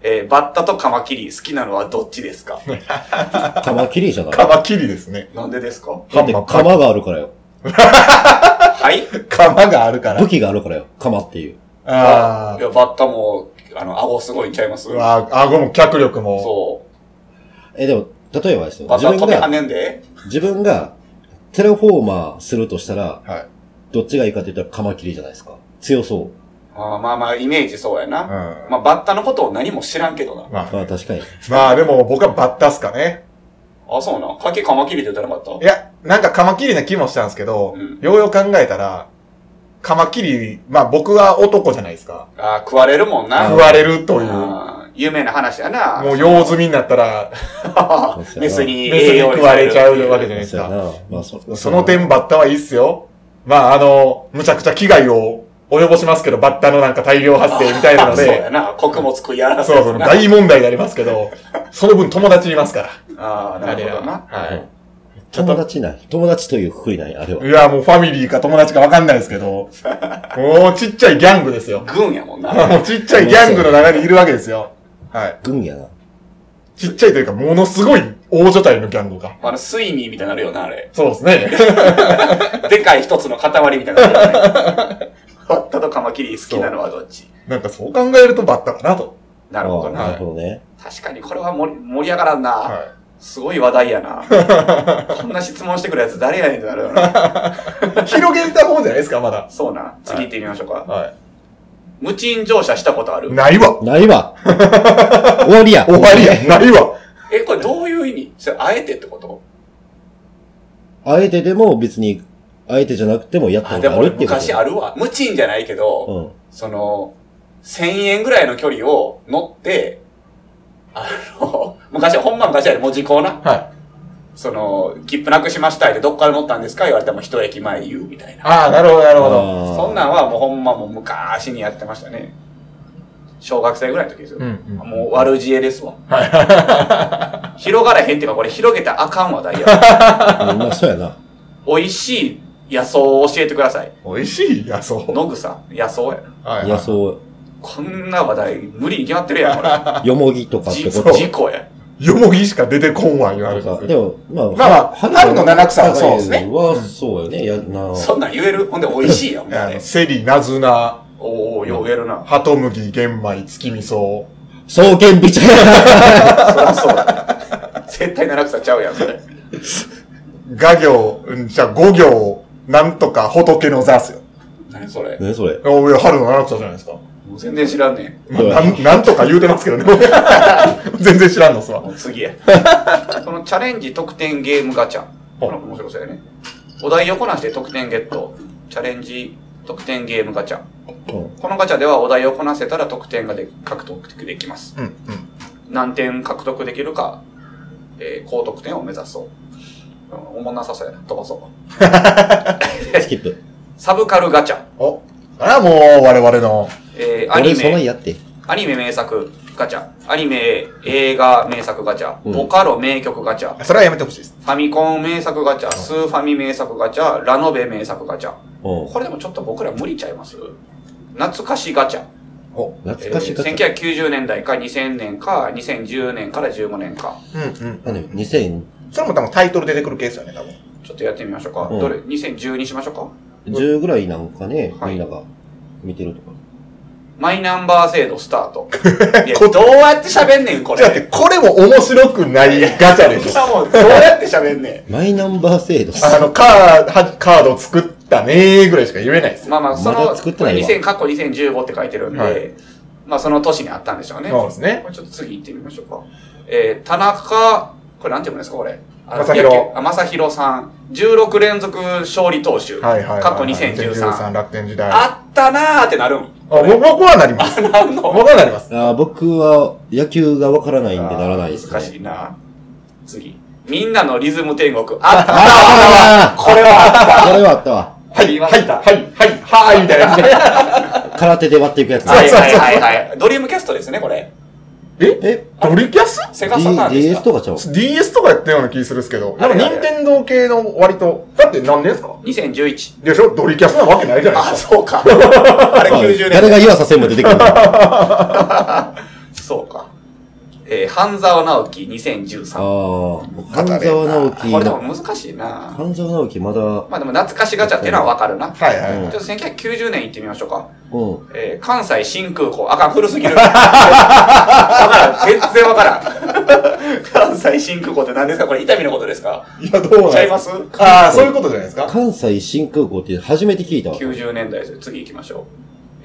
Speaker 2: えーバッタとカマキリ、好きなのはどっちで すか
Speaker 3: カマキリじゃない
Speaker 1: カマキリですね。
Speaker 2: なんでですか
Speaker 3: だってカマがあるからよ。
Speaker 2: はいい
Speaker 1: カマがあるから
Speaker 3: 武。器があるからよ。カマっていう。
Speaker 1: ああ。
Speaker 2: や、バッタも、あの、顎すごいんちゃいます
Speaker 1: うわあ、顎も脚力も。
Speaker 2: そ
Speaker 3: え、でも、例えばです
Speaker 2: う。
Speaker 3: よ。
Speaker 2: バッ
Speaker 3: 自
Speaker 2: タ
Speaker 3: 分
Speaker 2: 飛び跳
Speaker 3: が、
Speaker 2: ねんで
Speaker 3: 自分が、テレフォーマーするとしたら、
Speaker 1: はい。
Speaker 3: どっちがいいかって言ったらカマキリじゃないですか。強そう。
Speaker 2: あーまあまあ、イメージそうやな。
Speaker 1: うん
Speaker 2: まあ、バッタのことを何も知らんけどな。
Speaker 1: まあ、
Speaker 3: まあ確かに。
Speaker 1: まあでも僕はバッタっすかね。
Speaker 2: あ、そうなん。かけカマキリって言ってなかった
Speaker 1: いや、なんかカマキリな気もしたんですけど、
Speaker 2: うん
Speaker 1: ようよう考えたら、カマキリ、まあ僕は男じゃないですか。
Speaker 2: あー食われるもんな。
Speaker 1: 食われるという、も
Speaker 2: あー有名な話やな。
Speaker 1: う用済みになったら、
Speaker 3: そう
Speaker 2: メ
Speaker 3: やな
Speaker 2: スに
Speaker 1: メス
Speaker 2: 栄
Speaker 1: に
Speaker 2: 養
Speaker 1: 食われちゃう わけじゃないです
Speaker 3: そうや
Speaker 1: か。
Speaker 3: な。まあそ
Speaker 1: その点バッタはいいっすよ。まああの、むちゃくちゃ危害を及ぼしますけど、バッタのなんか大量発生みたいなの
Speaker 2: そう
Speaker 1: で
Speaker 2: や、な。穀物食いやらせ
Speaker 1: そう
Speaker 2: る
Speaker 1: そう、
Speaker 2: な
Speaker 1: 大問題になりますけど、その分友達いますから。
Speaker 2: ああ、なるほどな。
Speaker 1: あれははい。。
Speaker 3: 友達ない。友達というくくりない、あれはい
Speaker 1: や、もうファミリーか友達かわかんないですけど、もうちっちゃいギャングですよ。
Speaker 2: 軍やもんな。
Speaker 1: もうちっちゃいギャングの中にいるわけですよ。はい。
Speaker 3: 軍やな。
Speaker 1: ちっちゃいというか、ものすごい大所帯のギャングが。
Speaker 2: あの、スイミーみたいになるよな、あれ。
Speaker 1: そうですね。
Speaker 2: でかい一つの塊みたいになるよね。バッタとカマキリ好きなのはどっち
Speaker 1: なんかそう考えるとバッタかなと。
Speaker 2: なるほど
Speaker 3: ああ
Speaker 2: な。
Speaker 3: なるほどね。
Speaker 2: 確かにこれは盛り盛り上がらんな。
Speaker 1: は
Speaker 2: すごい話題やな。こんな質問してくるやつ誰やねんってなるよな。
Speaker 1: い。広げた方じゃないですか、まだ。
Speaker 2: そうな。次行ってみましょうか。
Speaker 1: はい。
Speaker 2: 無賃乗車したことある
Speaker 1: ないわ。
Speaker 3: な いわ。終わりや。
Speaker 1: 終わりや。ないわ。
Speaker 2: え、これどういう意味それ、あえてってこと
Speaker 3: あえてでも別に、あえてじゃなくてもやった
Speaker 2: あ、
Speaker 3: こ
Speaker 2: で
Speaker 3: と
Speaker 2: も
Speaker 3: ある
Speaker 2: 俺
Speaker 3: っていうこと。
Speaker 2: 昔あるわ。無賃じゃないけど、
Speaker 3: うん。
Speaker 2: その、1000円ぐらいの距離を乗って、あの、昔、ほんま昔やで、文字工な。
Speaker 1: はい。
Speaker 2: その、切符なくしましたって、どっから乗ったんですか言われても一駅前言うみたいな。
Speaker 1: ああ、なるほど、なるほど。
Speaker 3: あー
Speaker 2: そんなんはもうほんまもう昔にやってましたね。小学生ぐらいの時ですよ。
Speaker 1: うんうん
Speaker 2: もう悪知恵ですわ。広がらへんっていうか、これ広げたらあかんわ、ダイヤ。
Speaker 3: うんまあ、そうやな。
Speaker 2: 美味しい野草を教えてください。
Speaker 1: 美味しい野草。
Speaker 2: 野草、野草やな。
Speaker 1: はい
Speaker 3: 野草、
Speaker 2: こんな話題、無理に決まってるやん、こ れ。
Speaker 3: よもぎとかって
Speaker 2: じ
Speaker 3: こと。
Speaker 2: 事故や。
Speaker 1: よもぎしか出てこんわ、言われ
Speaker 3: と
Speaker 1: てま
Speaker 3: か
Speaker 1: す
Speaker 3: でも、まあ、
Speaker 1: まあまあ春の七草はそうですね
Speaker 3: は、そうやね。やな
Speaker 2: そんなん言えるほんで美味しい やん、もう
Speaker 1: あ
Speaker 2: ね
Speaker 1: の。セリ、ナズナ、
Speaker 2: おーおー、よう言えるな。
Speaker 1: ハトムギ、玄米、月味噌。
Speaker 3: 双剣美茶や。
Speaker 2: そらそうだ。絶対七草ちゃうやん、それ。
Speaker 1: 画行、うんじゃあ五行、なんとか仏の座っすよ。
Speaker 2: 何それ。
Speaker 3: ね、そ れ。
Speaker 1: おいや春の七草じゃないですか。
Speaker 2: もう全然知らんね
Speaker 1: まあなん、なんとか言うてますけどね。 全然知らんのっすわ
Speaker 2: ん。。もう次 や。このチャレンジ得点ゲームガチャ。この面白そうやね。お題横なして得点ゲット。チャレンジ得点ゲームガチャ。
Speaker 3: うん
Speaker 2: このガチャではお題をこなせたら得点がで獲得できます。
Speaker 1: うん、うん。
Speaker 2: 何点獲得できるか、えー高得点を目指そう。うんおもんなさそうやな。飛ばそう。
Speaker 3: スキップ。
Speaker 2: サブカルガチャ。
Speaker 1: お、あらもう、我々の。
Speaker 2: えーアニ
Speaker 3: 俺、その
Speaker 2: メ、
Speaker 3: やって。
Speaker 2: アニメ名作ガチャ。アニメ、映画名作ガチャ。
Speaker 3: うん
Speaker 2: ボカロ名曲ガチャ。
Speaker 1: それはやめてほしいです。
Speaker 2: ファミコン名作ガチャ。スーファミ名作ガチャ。ラノベ名作ガチャ。
Speaker 3: うん。
Speaker 2: これでもちょっと僕ら無理ちゃいます懐かしガチャ。
Speaker 1: お、
Speaker 2: え
Speaker 3: 懐かしいか。
Speaker 2: ー、1990年代か2000年か2010年から15年か。
Speaker 1: うん、うん。
Speaker 3: あの、2010
Speaker 1: それも多分タイトル出てくるケースよね、多分。
Speaker 2: ちょっとやってみましょうか。
Speaker 3: うん
Speaker 2: どれ ?2010 にしましょうか。
Speaker 3: ぐらいなんかね、
Speaker 2: はい
Speaker 3: みんなが見てるとか。
Speaker 2: マイナンバー制度スター ト。いや、どうやって喋んねん、これ。
Speaker 1: だって、これも面白く ないガチャでしょ。
Speaker 2: もうどうやって喋んねん。
Speaker 3: マイナンバー制度。
Speaker 1: あの、カーは、カード作ったねーぐらいしか言えないですよ。
Speaker 2: まあまあ、そ
Speaker 3: ま
Speaker 2: の、
Speaker 3: だ作ってないわ
Speaker 2: 2000、過去2015って書いてるんで、
Speaker 1: はい
Speaker 2: まあその年にあったんでしょうね。
Speaker 1: そうですね
Speaker 2: これちょっと次行ってみましょうか。えー、田中、これなんて読むんですか、これ。あの
Speaker 1: 正弘
Speaker 2: 野球あ、正弘さん。16連続勝利投手。
Speaker 1: はいはいはい。
Speaker 2: 過去2013。
Speaker 1: 楽天時代。あ、
Speaker 2: あったなーってなるん。
Speaker 1: ぼ僕はなります。
Speaker 2: なんの
Speaker 1: 僕はなります。
Speaker 3: あー僕は野球がわからないんでならないですね。
Speaker 2: 難しいな次。みんなのリズム天国。あった
Speaker 3: あ
Speaker 2: これはあっ
Speaker 3: あこれはあったわ。
Speaker 2: た。はい、
Speaker 1: はい、はい、はい、はーい、みた いなやつね。
Speaker 3: 空手で割っていくやつ。
Speaker 2: はいはいはいはい。ドリームキャストですね、これ。
Speaker 1: え
Speaker 3: え、
Speaker 1: ドリキャス
Speaker 2: セガサターン
Speaker 3: D-
Speaker 2: です
Speaker 3: DS
Speaker 2: か
Speaker 3: とかちゃう
Speaker 1: DS とかやったような気するんですけど、
Speaker 2: あ
Speaker 1: なん
Speaker 2: れ
Speaker 1: か任天堂系の割と、だって何年ですか
Speaker 2: ?2011。
Speaker 1: でしょドリキャスなわけないじゃない
Speaker 2: あ、
Speaker 1: ですか。
Speaker 2: そうか。あれ
Speaker 3: はい
Speaker 2: 90年
Speaker 3: 誰が岩佐専務出てくるんだよ
Speaker 2: そうか。えー、半沢直樹2013。
Speaker 3: ああ、半沢直樹
Speaker 2: これでも
Speaker 3: の、
Speaker 2: 難しいな
Speaker 3: 半沢直樹まだ、う
Speaker 2: まあでも懐かしガチャっていうのはわかるな。ちょ
Speaker 1: はいはいは
Speaker 2: っ
Speaker 1: い。
Speaker 2: と1990年行ってみましょうか。
Speaker 3: ん。
Speaker 2: えー、関西新空港。あかん、古すぎる。わからん、全然わからん。関 西新空港って何ですかこれ、伊丹のことですか
Speaker 1: いや、どうなん
Speaker 2: ちゃ
Speaker 1: で
Speaker 2: い
Speaker 1: すか
Speaker 2: ます
Speaker 1: ああ、そういうことじゃないですか
Speaker 3: 関西新空港って初めて聞いたわ。
Speaker 2: ?90 年代ですよ。次行きましょ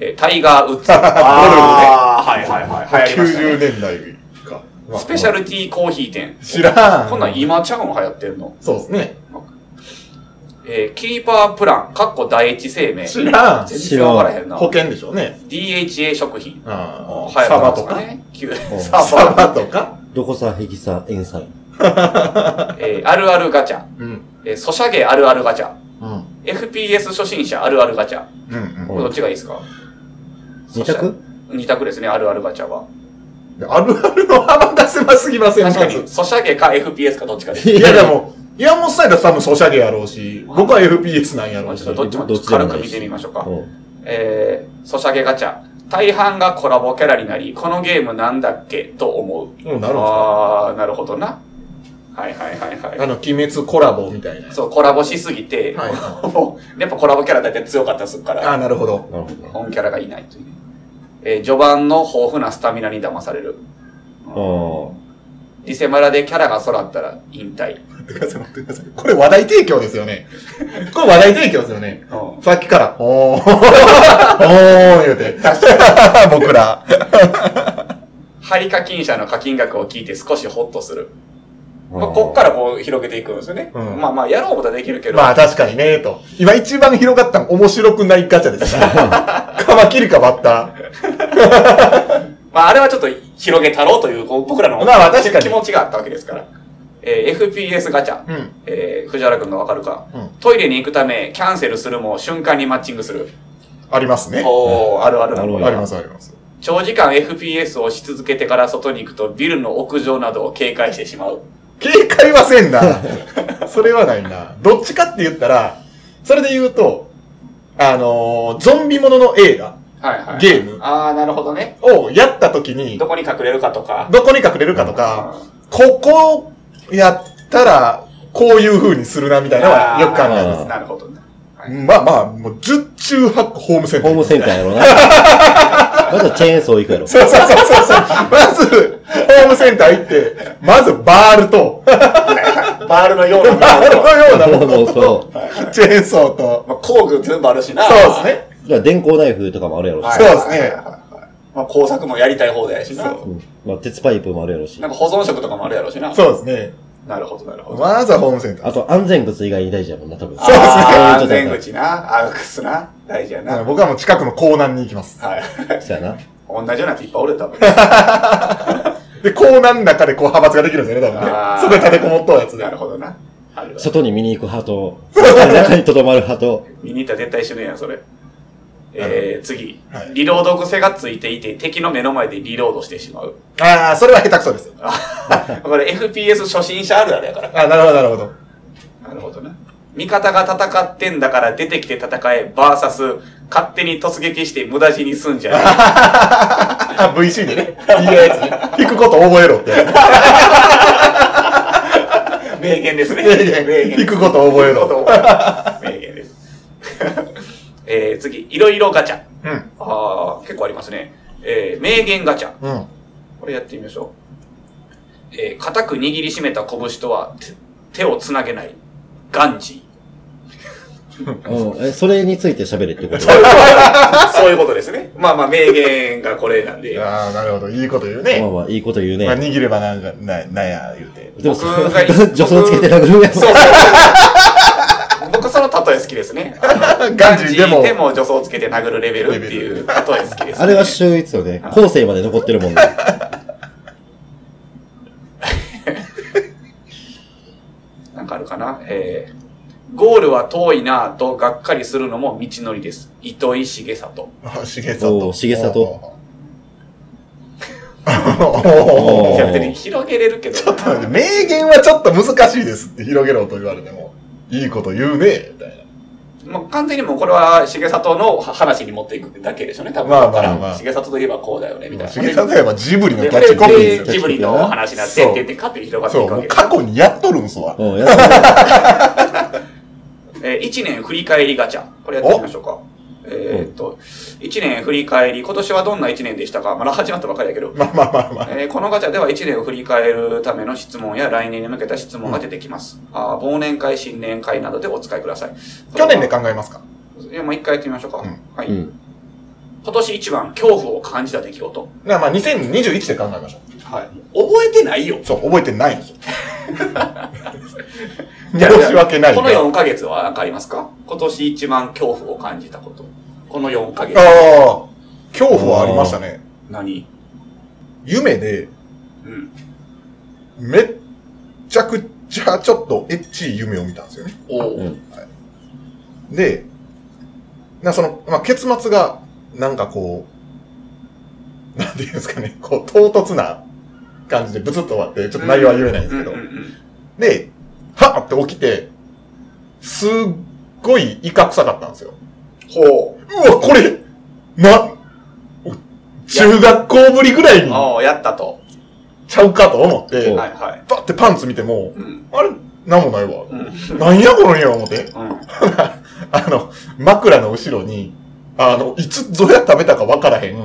Speaker 2: う。えー、タイガー・ウッズ。あー、はいはいはい。流行りましたね
Speaker 1: 90年代か。まあ
Speaker 2: スペシャルティーコーヒー店。
Speaker 1: 知らん。
Speaker 2: こんなん今ちゃうん流行ってるの。
Speaker 1: そうですね。
Speaker 2: えーキーパープラン、かっこ第一生命。
Speaker 1: 知らん。
Speaker 2: 全然わからへんな。
Speaker 1: 保険でしょうね。
Speaker 2: DHA 食品。
Speaker 1: あ
Speaker 2: 流行
Speaker 1: あ、
Speaker 2: っ
Speaker 1: サ
Speaker 2: た
Speaker 1: バ
Speaker 2: ん
Speaker 1: と
Speaker 2: ですか
Speaker 1: か。
Speaker 2: ね。急
Speaker 3: うん
Speaker 2: サバ。
Speaker 1: サバとか。
Speaker 3: どこさ、ヘキさ、エンさん。
Speaker 2: えーあるあるガチャ。
Speaker 1: うん。
Speaker 2: えー、ソシャゲあるあるガチャ。
Speaker 1: うん。
Speaker 2: FPS 初心者あるあるガチャ。
Speaker 1: うん
Speaker 2: これどっちがいいですか
Speaker 3: 二択
Speaker 2: 二択ですね、あるあるガチャは。
Speaker 1: うんで。ある あるの幅が狭すぎません
Speaker 2: 確かに、
Speaker 1: ま
Speaker 2: ソシャゲか FPS かどっちかです。
Speaker 1: ずいやでも、岩本さんやったら多分ソシャゲやろうし、僕は FPS なんや
Speaker 2: ま
Speaker 1: ろ
Speaker 2: あ
Speaker 1: う
Speaker 2: ち
Speaker 1: し
Speaker 2: ょ。っとどっちも
Speaker 3: どっちでも
Speaker 2: 軽
Speaker 3: な
Speaker 2: く
Speaker 3: い
Speaker 2: 見てみましょうか
Speaker 3: う。ん。
Speaker 2: えー、ソシャゲガチャ。大半がコラボキャラになり、このゲームなんだっけと思う。
Speaker 1: うん、なるほど。
Speaker 2: あー、なるほどな。はいはいはいはい。
Speaker 1: あの、鬼滅コラボみたいな。
Speaker 2: そう、コラボしすぎて、
Speaker 1: はい
Speaker 2: やっぱコラボキャラ大体強かったりするか
Speaker 1: ああ、
Speaker 2: ら、
Speaker 1: なるほど。
Speaker 3: なるほどね
Speaker 2: 本キャラがいないというね。えー序盤の豊富なスタミナに騙される。。
Speaker 3: あ
Speaker 2: リセマラでキャラが空ったら引退。
Speaker 1: 待ってください、待ってください。これ話題提供ですよね。これ話題提供ですよね。
Speaker 2: うん。
Speaker 1: さっきから、おー、おー、言うて。 僕ら。
Speaker 2: ハリ課金者の課金額を聞いて少しホッとする。まあ、
Speaker 3: あー
Speaker 2: こっからこう広げていくんですよね。
Speaker 1: うん
Speaker 2: まあまあ、やろうことはできるけど。
Speaker 1: まあ確かにね、と。今一番広がったの面白くないガチャです。 カマキリかバッタ
Speaker 2: まあ、あれはちょっと広げたろうという、こう僕らの
Speaker 1: まあまあ確かに
Speaker 2: 気持ちがあったわけですから。えー FPS ガチャ。
Speaker 1: ー。うん。
Speaker 2: えー藤原くんがわかるか、
Speaker 1: うん
Speaker 2: トイレに行くため、キャンセルするも瞬間にマッチングする。
Speaker 1: ありますね。
Speaker 2: おー、あるある。
Speaker 3: なるほど
Speaker 1: あります、あります。
Speaker 2: 長時間 FPS をし続けてから外に行くと、ビルの屋上などを警戒してしまう。
Speaker 1: 警戒はせんな。それはないな。どっちかって言ったら、それで言うと、あのーゾンビものの映画
Speaker 2: はいはい。
Speaker 1: ゲーム
Speaker 2: あー、なるほどね。
Speaker 1: をやった時に
Speaker 2: ど、こに隠れるかとか。
Speaker 1: どこに隠れるかとか、ここやったら、こういう風にするな、みたいなのはよく考えます。
Speaker 3: うん
Speaker 2: なるほどね。あー
Speaker 1: まあまあ、もう、十中八個ホームセンタ
Speaker 3: ホ
Speaker 1: ー。
Speaker 3: ームセンターやろな。まずはチェーンソー行くやろ。
Speaker 1: そうそうそうそうそう。まず、ホームセンター行って、まずバールと、
Speaker 2: バールのような。
Speaker 1: バールのようなも
Speaker 3: もう
Speaker 1: のと、
Speaker 3: そう。
Speaker 1: チェーンソーと、
Speaker 2: まあ、工具全部あるしな。
Speaker 1: そうですね。
Speaker 3: じゃあ、電光ナイフとかもあるやろし。
Speaker 2: はい
Speaker 1: そうですね
Speaker 2: はいはいはいまあ、工作もやりたい放題やしな。
Speaker 3: うんまあ、鉄パイプもあるやろし
Speaker 2: な。んか保存食とかもあるやろうしな。
Speaker 1: そうですね。
Speaker 2: なるほど、なるほど。
Speaker 1: まずはホームセンター。
Speaker 3: あと、安全靴以外に大事やもんな、多分。
Speaker 2: ああー、
Speaker 3: そういう
Speaker 2: 安全
Speaker 3: とこや
Speaker 2: 口な。あ、靴な。大事やな。
Speaker 1: 僕はもう近くの港南に行きます。
Speaker 2: はい。
Speaker 3: そうやな。
Speaker 2: 同じようなやついっぱいおる よ、多分。
Speaker 1: で、港南の中でこう派閥ができるんですよね、多分ね
Speaker 2: あー。
Speaker 1: そこで立てこもっとうやつで
Speaker 2: な。るほどな。あるわ
Speaker 3: 外に見に行く派と、中に留まる派と、
Speaker 2: 見に行ったら絶対死ぬやん、それ。えー、次
Speaker 1: は。い
Speaker 2: リロード癖がついていて、敵の目の前でリロードしてしま う。
Speaker 1: ああ、それは下手くそです。
Speaker 2: これ FPS 初心者あるあるやから。
Speaker 1: あなるほど、なるほど。
Speaker 2: なるほどね。味方が戦ってんだから出てきて戦え、バーサス、勝手に突撃して無駄死にすんじゃね
Speaker 1: あ、VC でね。いいやつね。引くこと覚えろってやつ。
Speaker 2: え。名言ですね。
Speaker 1: 引くこと覚え
Speaker 2: 聞くこと
Speaker 1: ろ。
Speaker 2: を覚えろ名言です。 えー、次、いろいろガチャ。
Speaker 1: うん。
Speaker 2: ああ、結構ありますね。えー、名言ガチャ。
Speaker 1: うん。
Speaker 2: これやってみましょう。えー、固く握りしめた拳とは手手をつなげない。ガンジ
Speaker 3: うん、え、それについて喋れってこと
Speaker 2: ー。そういうことですね。まあまあ、名言がこれなんで。
Speaker 1: ああ、なるほど。いいこと言う
Speaker 3: まあ
Speaker 1: ね。
Speaker 3: まあ、いいこと言う
Speaker 1: まあ、
Speaker 3: ね。
Speaker 1: 握ればなんか、な、なんや、言うて。
Speaker 3: でも、そ
Speaker 2: 僕がい
Speaker 3: 助走つけて殴るや
Speaker 2: そう
Speaker 3: ろ。
Speaker 2: そう。僕その例え好きですね。あの
Speaker 1: ガンジーでも
Speaker 2: ガンジーでも助走つけて殴るレベルっていう例え好きです、ね。
Speaker 3: あれは秀逸よね。後世まで残ってる もんね。
Speaker 2: なんかあるかな。えー、ゴールは遠いなぁとがっかりするのも道のりです。糸井重里。
Speaker 1: あ、しげさ
Speaker 3: お
Speaker 1: と。
Speaker 3: ー重里
Speaker 1: おー。お
Speaker 3: お
Speaker 1: ー
Speaker 2: い
Speaker 3: ー
Speaker 2: や別に広げれるけど。ちょっ
Speaker 1: ちょっと待って名言はちょっと難しいですって広げろと言われても、いいこと言うね、みたい
Speaker 2: まあ、完全にもうこれは重里の話に持っていくだけでしょうね、多分。
Speaker 1: まあまあ
Speaker 2: だから
Speaker 1: まあ
Speaker 2: 重里といえばこうだよね、みた
Speaker 1: な。
Speaker 2: いな。
Speaker 1: しげさんといえばジブリの
Speaker 2: で
Speaker 1: キャッチコピーです
Speaker 2: で
Speaker 1: よ。
Speaker 2: ジブリのお話になってって言って、勝手に広がって
Speaker 1: そ、
Speaker 2: いうく
Speaker 1: も
Speaker 2: わ
Speaker 1: う
Speaker 2: け
Speaker 1: 過去にやっとるんすわ。
Speaker 3: うん、やっ
Speaker 2: えー、1年振り返りガチャ。これやってみましょうか。えーっと、1年振り返り、今年はどんな1年でしたかまだ始まったばかりだけど。
Speaker 1: まあまあまあまあ。
Speaker 2: えーこのガチャでは1年を振り返るための質問や来年に向けた質問が出てきます。あー忘年会、新年会などでお使いください。
Speaker 1: 去年で考えますか
Speaker 2: いや、もう一回やってみましょうか。
Speaker 1: うん
Speaker 2: はい、
Speaker 3: うん。
Speaker 2: 今年一番恐怖を感じた出来事。
Speaker 1: なまあ、2021で考えましょ
Speaker 2: はい。覚えてないよ
Speaker 1: う。。そう、覚えてないんですよ。
Speaker 2: じゃあ
Speaker 1: 申し訳ない。
Speaker 2: この4ヶ月は何かありますか今年一番恐怖を感じたこと。この4ヶ月。
Speaker 1: ああ、恐怖はありましたね。
Speaker 2: 何
Speaker 1: 夢で、
Speaker 2: うん。
Speaker 1: めっちゃくちゃちょっとエッチい夢を見たんですよね。
Speaker 2: おお、
Speaker 3: うん
Speaker 1: で、なその、まあ、結末が、なんかこう、なんていうんですかね、こう、唐突な感じでブツッと終わって、ちょっと内容は言えないんですけど、
Speaker 2: うんうんうん
Speaker 1: で、はっって起きて、すっごい威嚇臭かったんですよ。
Speaker 2: ほう。
Speaker 1: うわ、これ、な、中学校ぶりぐらいに
Speaker 2: ああ、やったと。
Speaker 1: ちゃうかと思って、
Speaker 3: うん
Speaker 2: はいはい。
Speaker 1: パッてパンツ見ても、
Speaker 2: うん。
Speaker 1: あれ、なんもないわ。
Speaker 2: うん。うん。
Speaker 1: なんやこの家思って。あの、枕の後ろに、あの、いつぞや食べたかわからへん。ま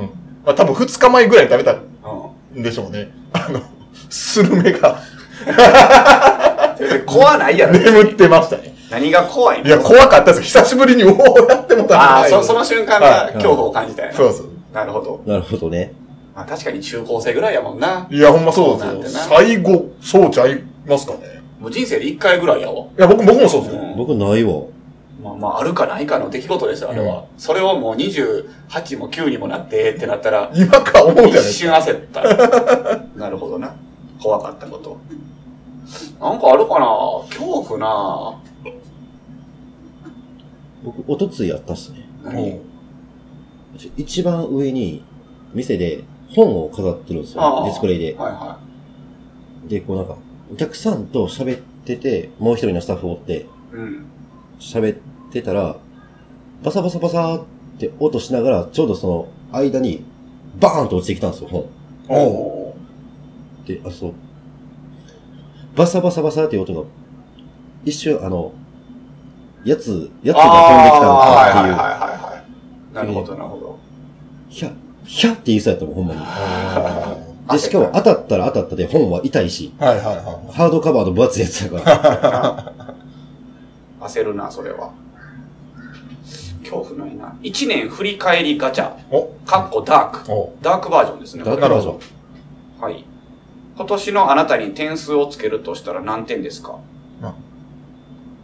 Speaker 1: あ、多分2日前ぐらいに食べた
Speaker 2: うん
Speaker 1: んでしょうね。あの、スルメが
Speaker 2: 怖ないやろ。
Speaker 1: 眠ってましたね。
Speaker 2: 何が怖いの
Speaker 1: いや、怖かったです。久しぶりに、おお、やってもた
Speaker 2: ああ、そその瞬間が恐怖を感じたよな。
Speaker 1: そうそう。
Speaker 2: なるほど。
Speaker 3: なるほどね。
Speaker 2: まあ確かに中高生ぐらいやもんな。
Speaker 1: いや、ほんまそうなんですよ。
Speaker 2: そう
Speaker 1: 最後、そうちゃいますかね。
Speaker 2: もう人生で一回ぐらいやわ。
Speaker 1: いや、僕、僕もそうです
Speaker 2: う
Speaker 1: よ。
Speaker 2: ん
Speaker 3: 僕ないわ。
Speaker 2: まあまあ、あるかないかの出来事ですよ、あれは。それをもう28も9にもなってってなったら、
Speaker 1: 今か思うじゃない
Speaker 2: 一
Speaker 1: ですか。
Speaker 2: 瞬焦った。 なるほどな。怖かったこと。なんかあるかな恐怖な
Speaker 3: 僕、おとついやったっすね。
Speaker 2: 何
Speaker 3: 一番上に、店で本を飾ってるんです
Speaker 2: あ
Speaker 3: よ。
Speaker 2: あ
Speaker 3: ディスプレイで。
Speaker 2: はいは
Speaker 3: で、こうなんか、お客さんと喋ってて、もう一人のスタッフおって、
Speaker 2: い。うん。
Speaker 3: 喋ってたら、バサバサバサーって音しながら、ちょうどその間に、バーンと落ちてきたんですよ、本。
Speaker 1: おう
Speaker 2: お
Speaker 3: で、あ、そう。バサバサバサっていう音が、一瞬、あの、やつ、やつが飛んできたの
Speaker 2: あーはいはい
Speaker 3: か
Speaker 2: はいはい。なるほど、なるほど。
Speaker 3: っていう、ひゃ、ひゃって言いそうやったもん、ほんまに。
Speaker 1: は
Speaker 3: で、しかも当たったら当たったで、本は痛いし、
Speaker 1: いはいは
Speaker 3: ハードカバーの分厚いやつやから。
Speaker 2: 焦るな、それは。恐怖ないな。一年振り返りガチャ。
Speaker 1: い。お
Speaker 2: かっこダーク。
Speaker 1: お
Speaker 2: ダークバージョンですね。
Speaker 3: だ
Speaker 1: クバ
Speaker 3: か
Speaker 1: ージョン
Speaker 3: らじゃ
Speaker 2: は
Speaker 3: ん。
Speaker 2: い。今年のあなたに点数をつけるとしたら何点ですか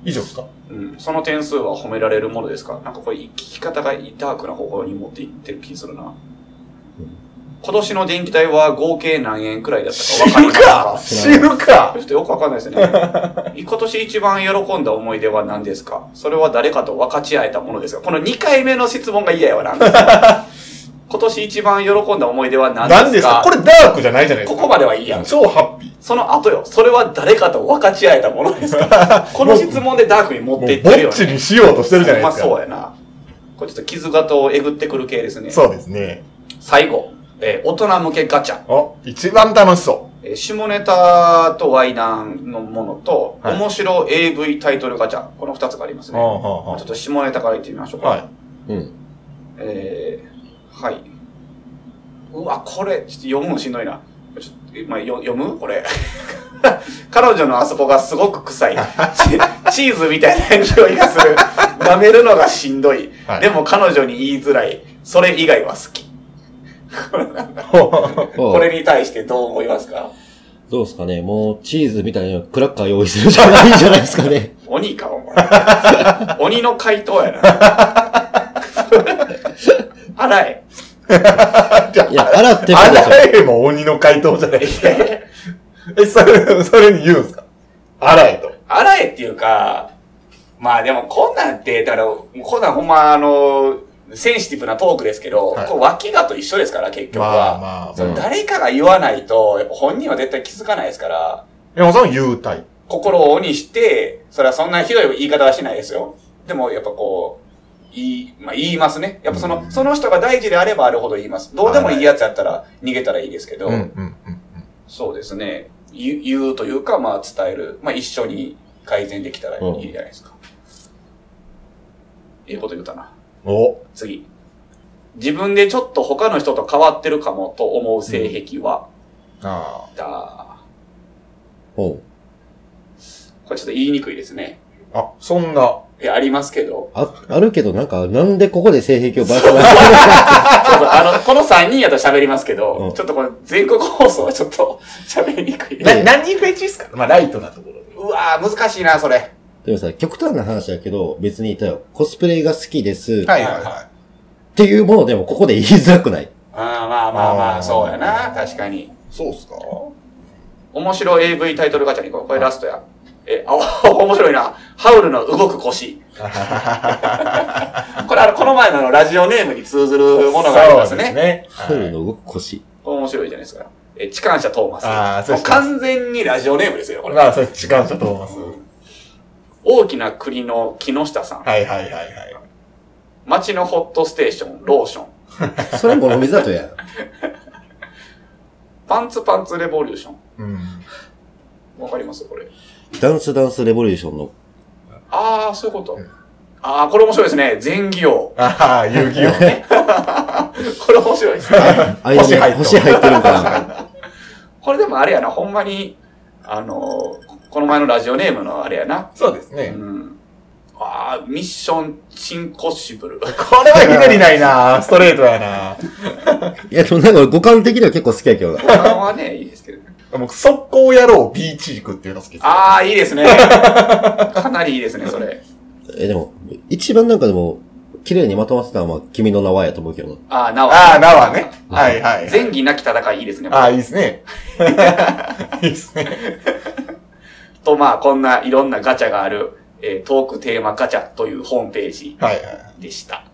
Speaker 1: 以上ですか
Speaker 2: うん。その点数は褒められるものですかなんかこれ、聞き方がダークな方向に持っていってる気するな。今年の電気代は合計何円くらいだったか分かりますか
Speaker 1: 知るか
Speaker 2: ちょっとよくわかんないですね。 今年一番喜んだ思い出は何ですかそれは誰かと分かち合えたものですかこの2回目の質問が嫌やわなんか 今年一番喜んだ思い出は何ですか
Speaker 1: 何ですかこれダークじゃないじゃないで
Speaker 2: こ
Speaker 1: す
Speaker 2: こ
Speaker 1: か。
Speaker 2: まではいいやん。
Speaker 1: 超ハッピー。
Speaker 2: その後よ。それは誰かと分かち合えたもので すかこの質問でダークに持
Speaker 1: も
Speaker 2: っ
Speaker 1: う、
Speaker 2: ていってる
Speaker 1: ぼ
Speaker 2: よ
Speaker 1: っち
Speaker 2: ね。
Speaker 1: にしようとしてるじゃない
Speaker 2: ま
Speaker 1: で
Speaker 2: あ
Speaker 1: すか。
Speaker 2: そうやな。これちょっと傷型をえぐってくる系ですね。
Speaker 1: そうですね。
Speaker 2: 最後、えー大人向けガチャ。
Speaker 1: お、一番楽しそ
Speaker 2: えー下ネタとワイナンのものと、
Speaker 1: はい
Speaker 2: 面白 AV タイトルガチャ。この二つがあります
Speaker 1: う。
Speaker 2: ね。
Speaker 1: はあは
Speaker 2: ちょっと下ネタからいってみましょうか。
Speaker 1: あはい。
Speaker 3: うん。
Speaker 2: えー、はい。うわ、これ、ちょっと読むのしんどいな。ちょっと、まあ、よ読むこれ。 彼女のあそこがすごく臭い。 チチーズみたいな匂いがする。舐めるのがしんどい。
Speaker 1: はい
Speaker 2: でも彼女に言いづらい。それ以外は好き。こ
Speaker 3: これ、
Speaker 2: れに対してどう思いますか
Speaker 3: どうですかねもう、チーズみたいなクラッカー用意するじゃないんじゃないですかね。
Speaker 2: 鬼か、お前。鬼の回答やな。 荒い。
Speaker 3: いや、洗っても
Speaker 1: あ
Speaker 3: でし
Speaker 1: らえも鬼の回答じゃないですか。え、それ、それに言うんですかあらえと。
Speaker 2: 洗えっていうか、まあでもこんなんって、だから、こんなんほんまあの、センシティブなトークですけど、
Speaker 1: はい
Speaker 2: これ脇がと一緒ですから、結局は。
Speaker 1: まあ
Speaker 2: そ
Speaker 1: まあ。
Speaker 2: の誰かが言わないと、やっぱ本人は絶対気づかないですから、
Speaker 1: 山本さんは言うタイプ。
Speaker 2: 心を鬼して、それはそんなひどい言い方はしないですよ。でもやっぱこう、言い、まあ言いますね。やっぱその、その人が大事であればあるほど言います。どうでもいいやつやったら逃げたらいいですけど、
Speaker 1: うんうんうん。
Speaker 2: そうですね。言う言うというか、まあ伝える。まあ一緒に改善できたらいいじゃないですか。いいこと言ったな。
Speaker 1: お、
Speaker 2: 次。自分でちょっと他の人と変わってるかもと思う性癖は、
Speaker 1: あ
Speaker 2: だ
Speaker 3: ょ。
Speaker 2: これちょっと言いにくいですね。
Speaker 1: あ。あ、そんな。
Speaker 2: いや、ありますけど。
Speaker 3: あ、あるけど、なんか、なんでここで性癖をバラさない
Speaker 2: そうそうあの、この3人やと喋りますけど、
Speaker 3: うん
Speaker 2: ちょっとこれ全国放送はちょっと喋りにくい。
Speaker 1: な、何フェチっすかまあ、ライトなところで。
Speaker 2: うわぁ、難しいな、それ。
Speaker 3: でもさ、極端な話だけど、別に言ったよ。コスプレが好きです。
Speaker 1: はいい
Speaker 2: は
Speaker 1: はいい
Speaker 2: は
Speaker 1: はい。
Speaker 3: っていうものでも、ここで言いづらくない。
Speaker 2: あーまあまあまあ、
Speaker 1: あー
Speaker 2: そうやな。確かに。
Speaker 1: そうっすか
Speaker 2: 面白 AV タイトルガチャに行こう。これラストや。え、あ、 お面白いな。ハウルの動 く腰。これあの、この前のあのラジオネームに通ずるものがあります
Speaker 1: そうです
Speaker 2: ね。
Speaker 1: ね。
Speaker 3: ハウル
Speaker 1: はい
Speaker 3: の動く腰。
Speaker 2: これ面白いじゃないですか。え、痴漢者トーマス。
Speaker 1: あーそうで
Speaker 2: もう
Speaker 1: す
Speaker 2: 完全にラジオネームですよ、これ。
Speaker 1: まあ、それ時間だと思います。
Speaker 2: 大きな国の木下さん。
Speaker 1: はいはいはいはい。
Speaker 2: 街のホットステーション、ローション。
Speaker 3: それも飲み里や。
Speaker 2: パンツパンツレボリューション。
Speaker 1: うん。
Speaker 2: わかりますこれ。
Speaker 3: ダンスダンスレボリューションの。
Speaker 2: あー、そういうこと。あー、これ面白いですね。全技王。
Speaker 1: ああ、遊戯王ね。
Speaker 2: これ面白いですね。
Speaker 3: 間に
Speaker 1: 星入っとる
Speaker 3: 星入ってるんかな。
Speaker 2: これでもあれやな、ほんまに、あの、ここの前のラジオネームのあれやな。
Speaker 1: そうです
Speaker 2: う
Speaker 1: ね。
Speaker 2: ん。ああ、ミッションチンコッシブル。
Speaker 1: これはひねりないなストレートやない
Speaker 3: や、でもなんか五感的には結構好きやけどな。
Speaker 2: あはね、いいですけど。
Speaker 1: もう、速攻やろう、ビーチークっていうの好きです。
Speaker 2: ああ、いいですね。かなりいいですね、それ。
Speaker 3: え、でも、一番なんかでも、綺麗にまとまってたのは、まあ君の名はやと思うけどな。
Speaker 2: ああ、なお。
Speaker 1: ああ、なわね。はいはい。
Speaker 2: 前儀なき戦いいいですね。
Speaker 1: ああ、いいです ね。いいですね。
Speaker 2: と、まあ、こんないろんなガチャがある、えートークテーマガチャというホームページ
Speaker 1: はいはい。
Speaker 2: でした。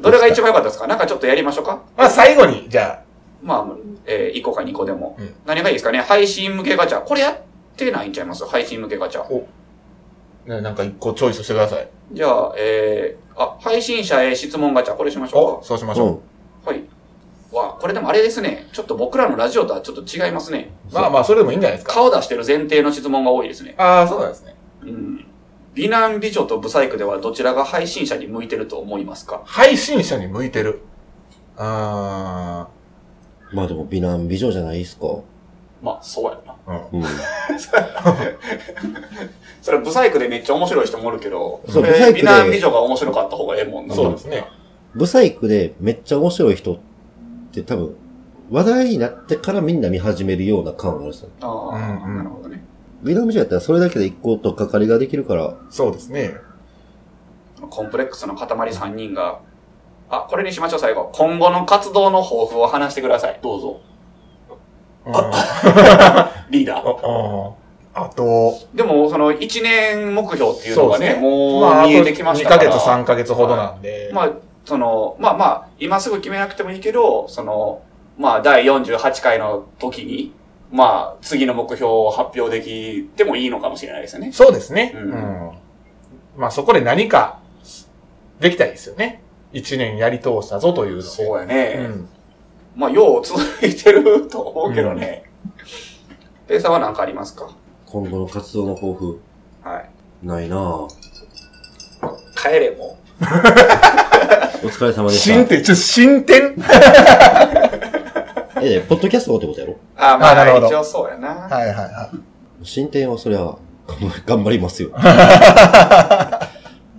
Speaker 2: どれが一番良かったですかなんかちょっとやりましょうか
Speaker 1: まあ、最後に、じゃ
Speaker 2: まあ、えー、1個か2個でも。
Speaker 1: うん
Speaker 2: 何がいいですかね配信向けガチャ。これやってないんちゃいます配信向けガチャ。
Speaker 1: あ、ねなんか一個チョイスしてください。
Speaker 2: じゃあ、えー、あ、配信者へ質問ガチャ。これしましょ
Speaker 1: お、そうしまし
Speaker 3: う
Speaker 1: ょ
Speaker 3: ん。
Speaker 2: うか。はい。わ、これでもあれですね。ちょっと僕らのラジオとはちょっと違いますね。
Speaker 1: う。まあまあ、それでもいいんじゃないですか。
Speaker 2: 顔出してる前提の質問が多いですね。
Speaker 1: ああ、そうなんですね。
Speaker 2: うん。美男美女とブサイクではどちらが配信者に向いてると思いますか
Speaker 1: 配信者に向いてる。あ
Speaker 3: まあでも、美男美女じゃないですか。
Speaker 2: まあ、そうやな。
Speaker 1: あ、うん。
Speaker 3: うん。
Speaker 2: それブサイクでめっちゃ面白い人もおるけど、
Speaker 3: そう
Speaker 2: れ
Speaker 3: ブサイクで
Speaker 2: 美男美女が面白かった方がええもんな。
Speaker 1: そうですね。
Speaker 3: ブサイクでめっちゃ面白い人って多分、話題になってからみんな見始めるような感があるさ。
Speaker 2: ああ、
Speaker 1: うんうん
Speaker 2: なるほどね。
Speaker 3: 美男美女やったらそれだけで一個とっかかりができるから、
Speaker 1: そうですね。
Speaker 2: コンプレックスの塊3人が、あ、これにしましょう、最後。今後の活動の抱負を話してください。どうぞ。
Speaker 1: うんあ
Speaker 2: リーダー。
Speaker 1: ああと、
Speaker 2: でも、その、1年目標っていうの
Speaker 1: そう
Speaker 2: がね、
Speaker 1: ですね
Speaker 2: もう、
Speaker 1: まあ、あと
Speaker 2: 見えてきまし
Speaker 1: 2
Speaker 2: たか
Speaker 1: ヶ
Speaker 2: ら。
Speaker 1: 月、3ヶ月ほどなんで。
Speaker 2: まあ、その、まあまあ、今すぐ決めなくてもいいけど、その、まあ、第48回の時に、まあ、次の目標を発表できてもいいのかもしれないですよね。
Speaker 1: そうですね。
Speaker 2: う
Speaker 1: うんん。まあそこで何かできたいですよね。一年やり通したぞというので。
Speaker 2: そうや
Speaker 1: う
Speaker 2: ね。
Speaker 1: ん。
Speaker 2: まあ、よう続いてると思うけどね。ペイさんは何かありますか
Speaker 3: 今後の活動の抱負、
Speaker 2: はい。
Speaker 3: ないなぁ。お
Speaker 2: 帰れもう。
Speaker 3: 疲れ様で
Speaker 1: 新
Speaker 3: し
Speaker 1: 店、ちょ、新店
Speaker 3: た。え、でポッドキャストってことやろ
Speaker 2: あ、ま
Speaker 1: あなる
Speaker 2: あ、
Speaker 1: ほど
Speaker 2: 一応そうやな。
Speaker 1: はいはいはい。
Speaker 3: 進展はそりゃ、 頑張りま すよ。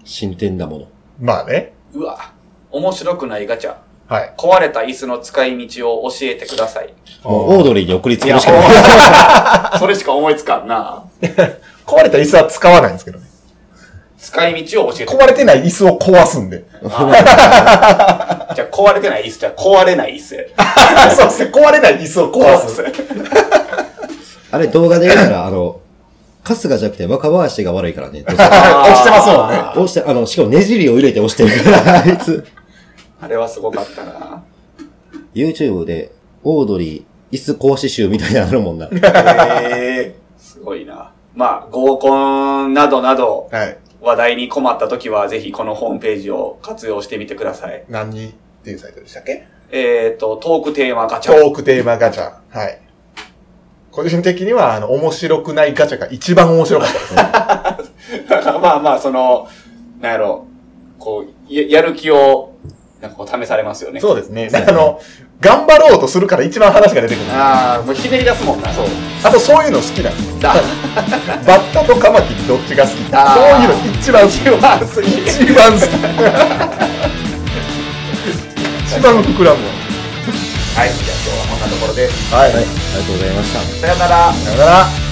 Speaker 3: 進展だもの。
Speaker 1: まあね。
Speaker 2: うわ、面白くないガチャ。
Speaker 1: はい。
Speaker 2: 壊れた椅子の使い道を教えてください。
Speaker 3: もうオードリーに送りつ
Speaker 2: い
Speaker 3: ける
Speaker 2: や、
Speaker 3: しかない。
Speaker 2: それしか思いつかんな。
Speaker 1: 壊れた椅子は使わないんですけどね。
Speaker 2: 使い道を教えて
Speaker 1: 壊れてない椅子を壊すんで。
Speaker 2: じゃあ壊れてない椅子じゃあ壊れない椅子や。
Speaker 1: あ そうですね。壊れない椅子を壊す。
Speaker 3: あれ動画で言うなら、あの、春日じゃなくて若林が悪いからね。 どうしても
Speaker 1: 落ちてますもんね。
Speaker 3: 押して、あの、しかもねじりを入れて押して るから、あいつ。
Speaker 2: あれはすごかったな。
Speaker 3: YouTube で、オードリー、椅子講師集みたいなのあるも んな。
Speaker 2: えー、すごいな。まあ、合コンなどなど、
Speaker 1: はい。
Speaker 2: 話題に困った時は、ぜひこのホームページを活用してみてください。
Speaker 1: 何っていうサイトでしたっけ
Speaker 2: えっ、ー、と、トークテーマガチ
Speaker 1: ト
Speaker 2: ャ。
Speaker 1: ークテーマガチャ。はい。個人的には、あの、面白くないガチャが一番面白かったです。
Speaker 2: まあまあ、その、なんやろう、こう、ややる気を、なんかこう試されますよね。
Speaker 1: そうですね。 あの、頑張ろうとするから一番話が出てくる。
Speaker 2: ああ、もうひねり出すもんな。そう。
Speaker 1: あとそういうの好きなんですよ
Speaker 2: だ、
Speaker 1: バッタとカマキリどっちが好きそういう
Speaker 2: あー
Speaker 1: の一番好き。
Speaker 2: 一番好き。
Speaker 1: 一番好き。一番膨らむわ。
Speaker 2: はい、じゃあ今日はこんなところで、
Speaker 1: はい。
Speaker 3: ありがとうございました。
Speaker 2: さよなら。
Speaker 1: さよなら。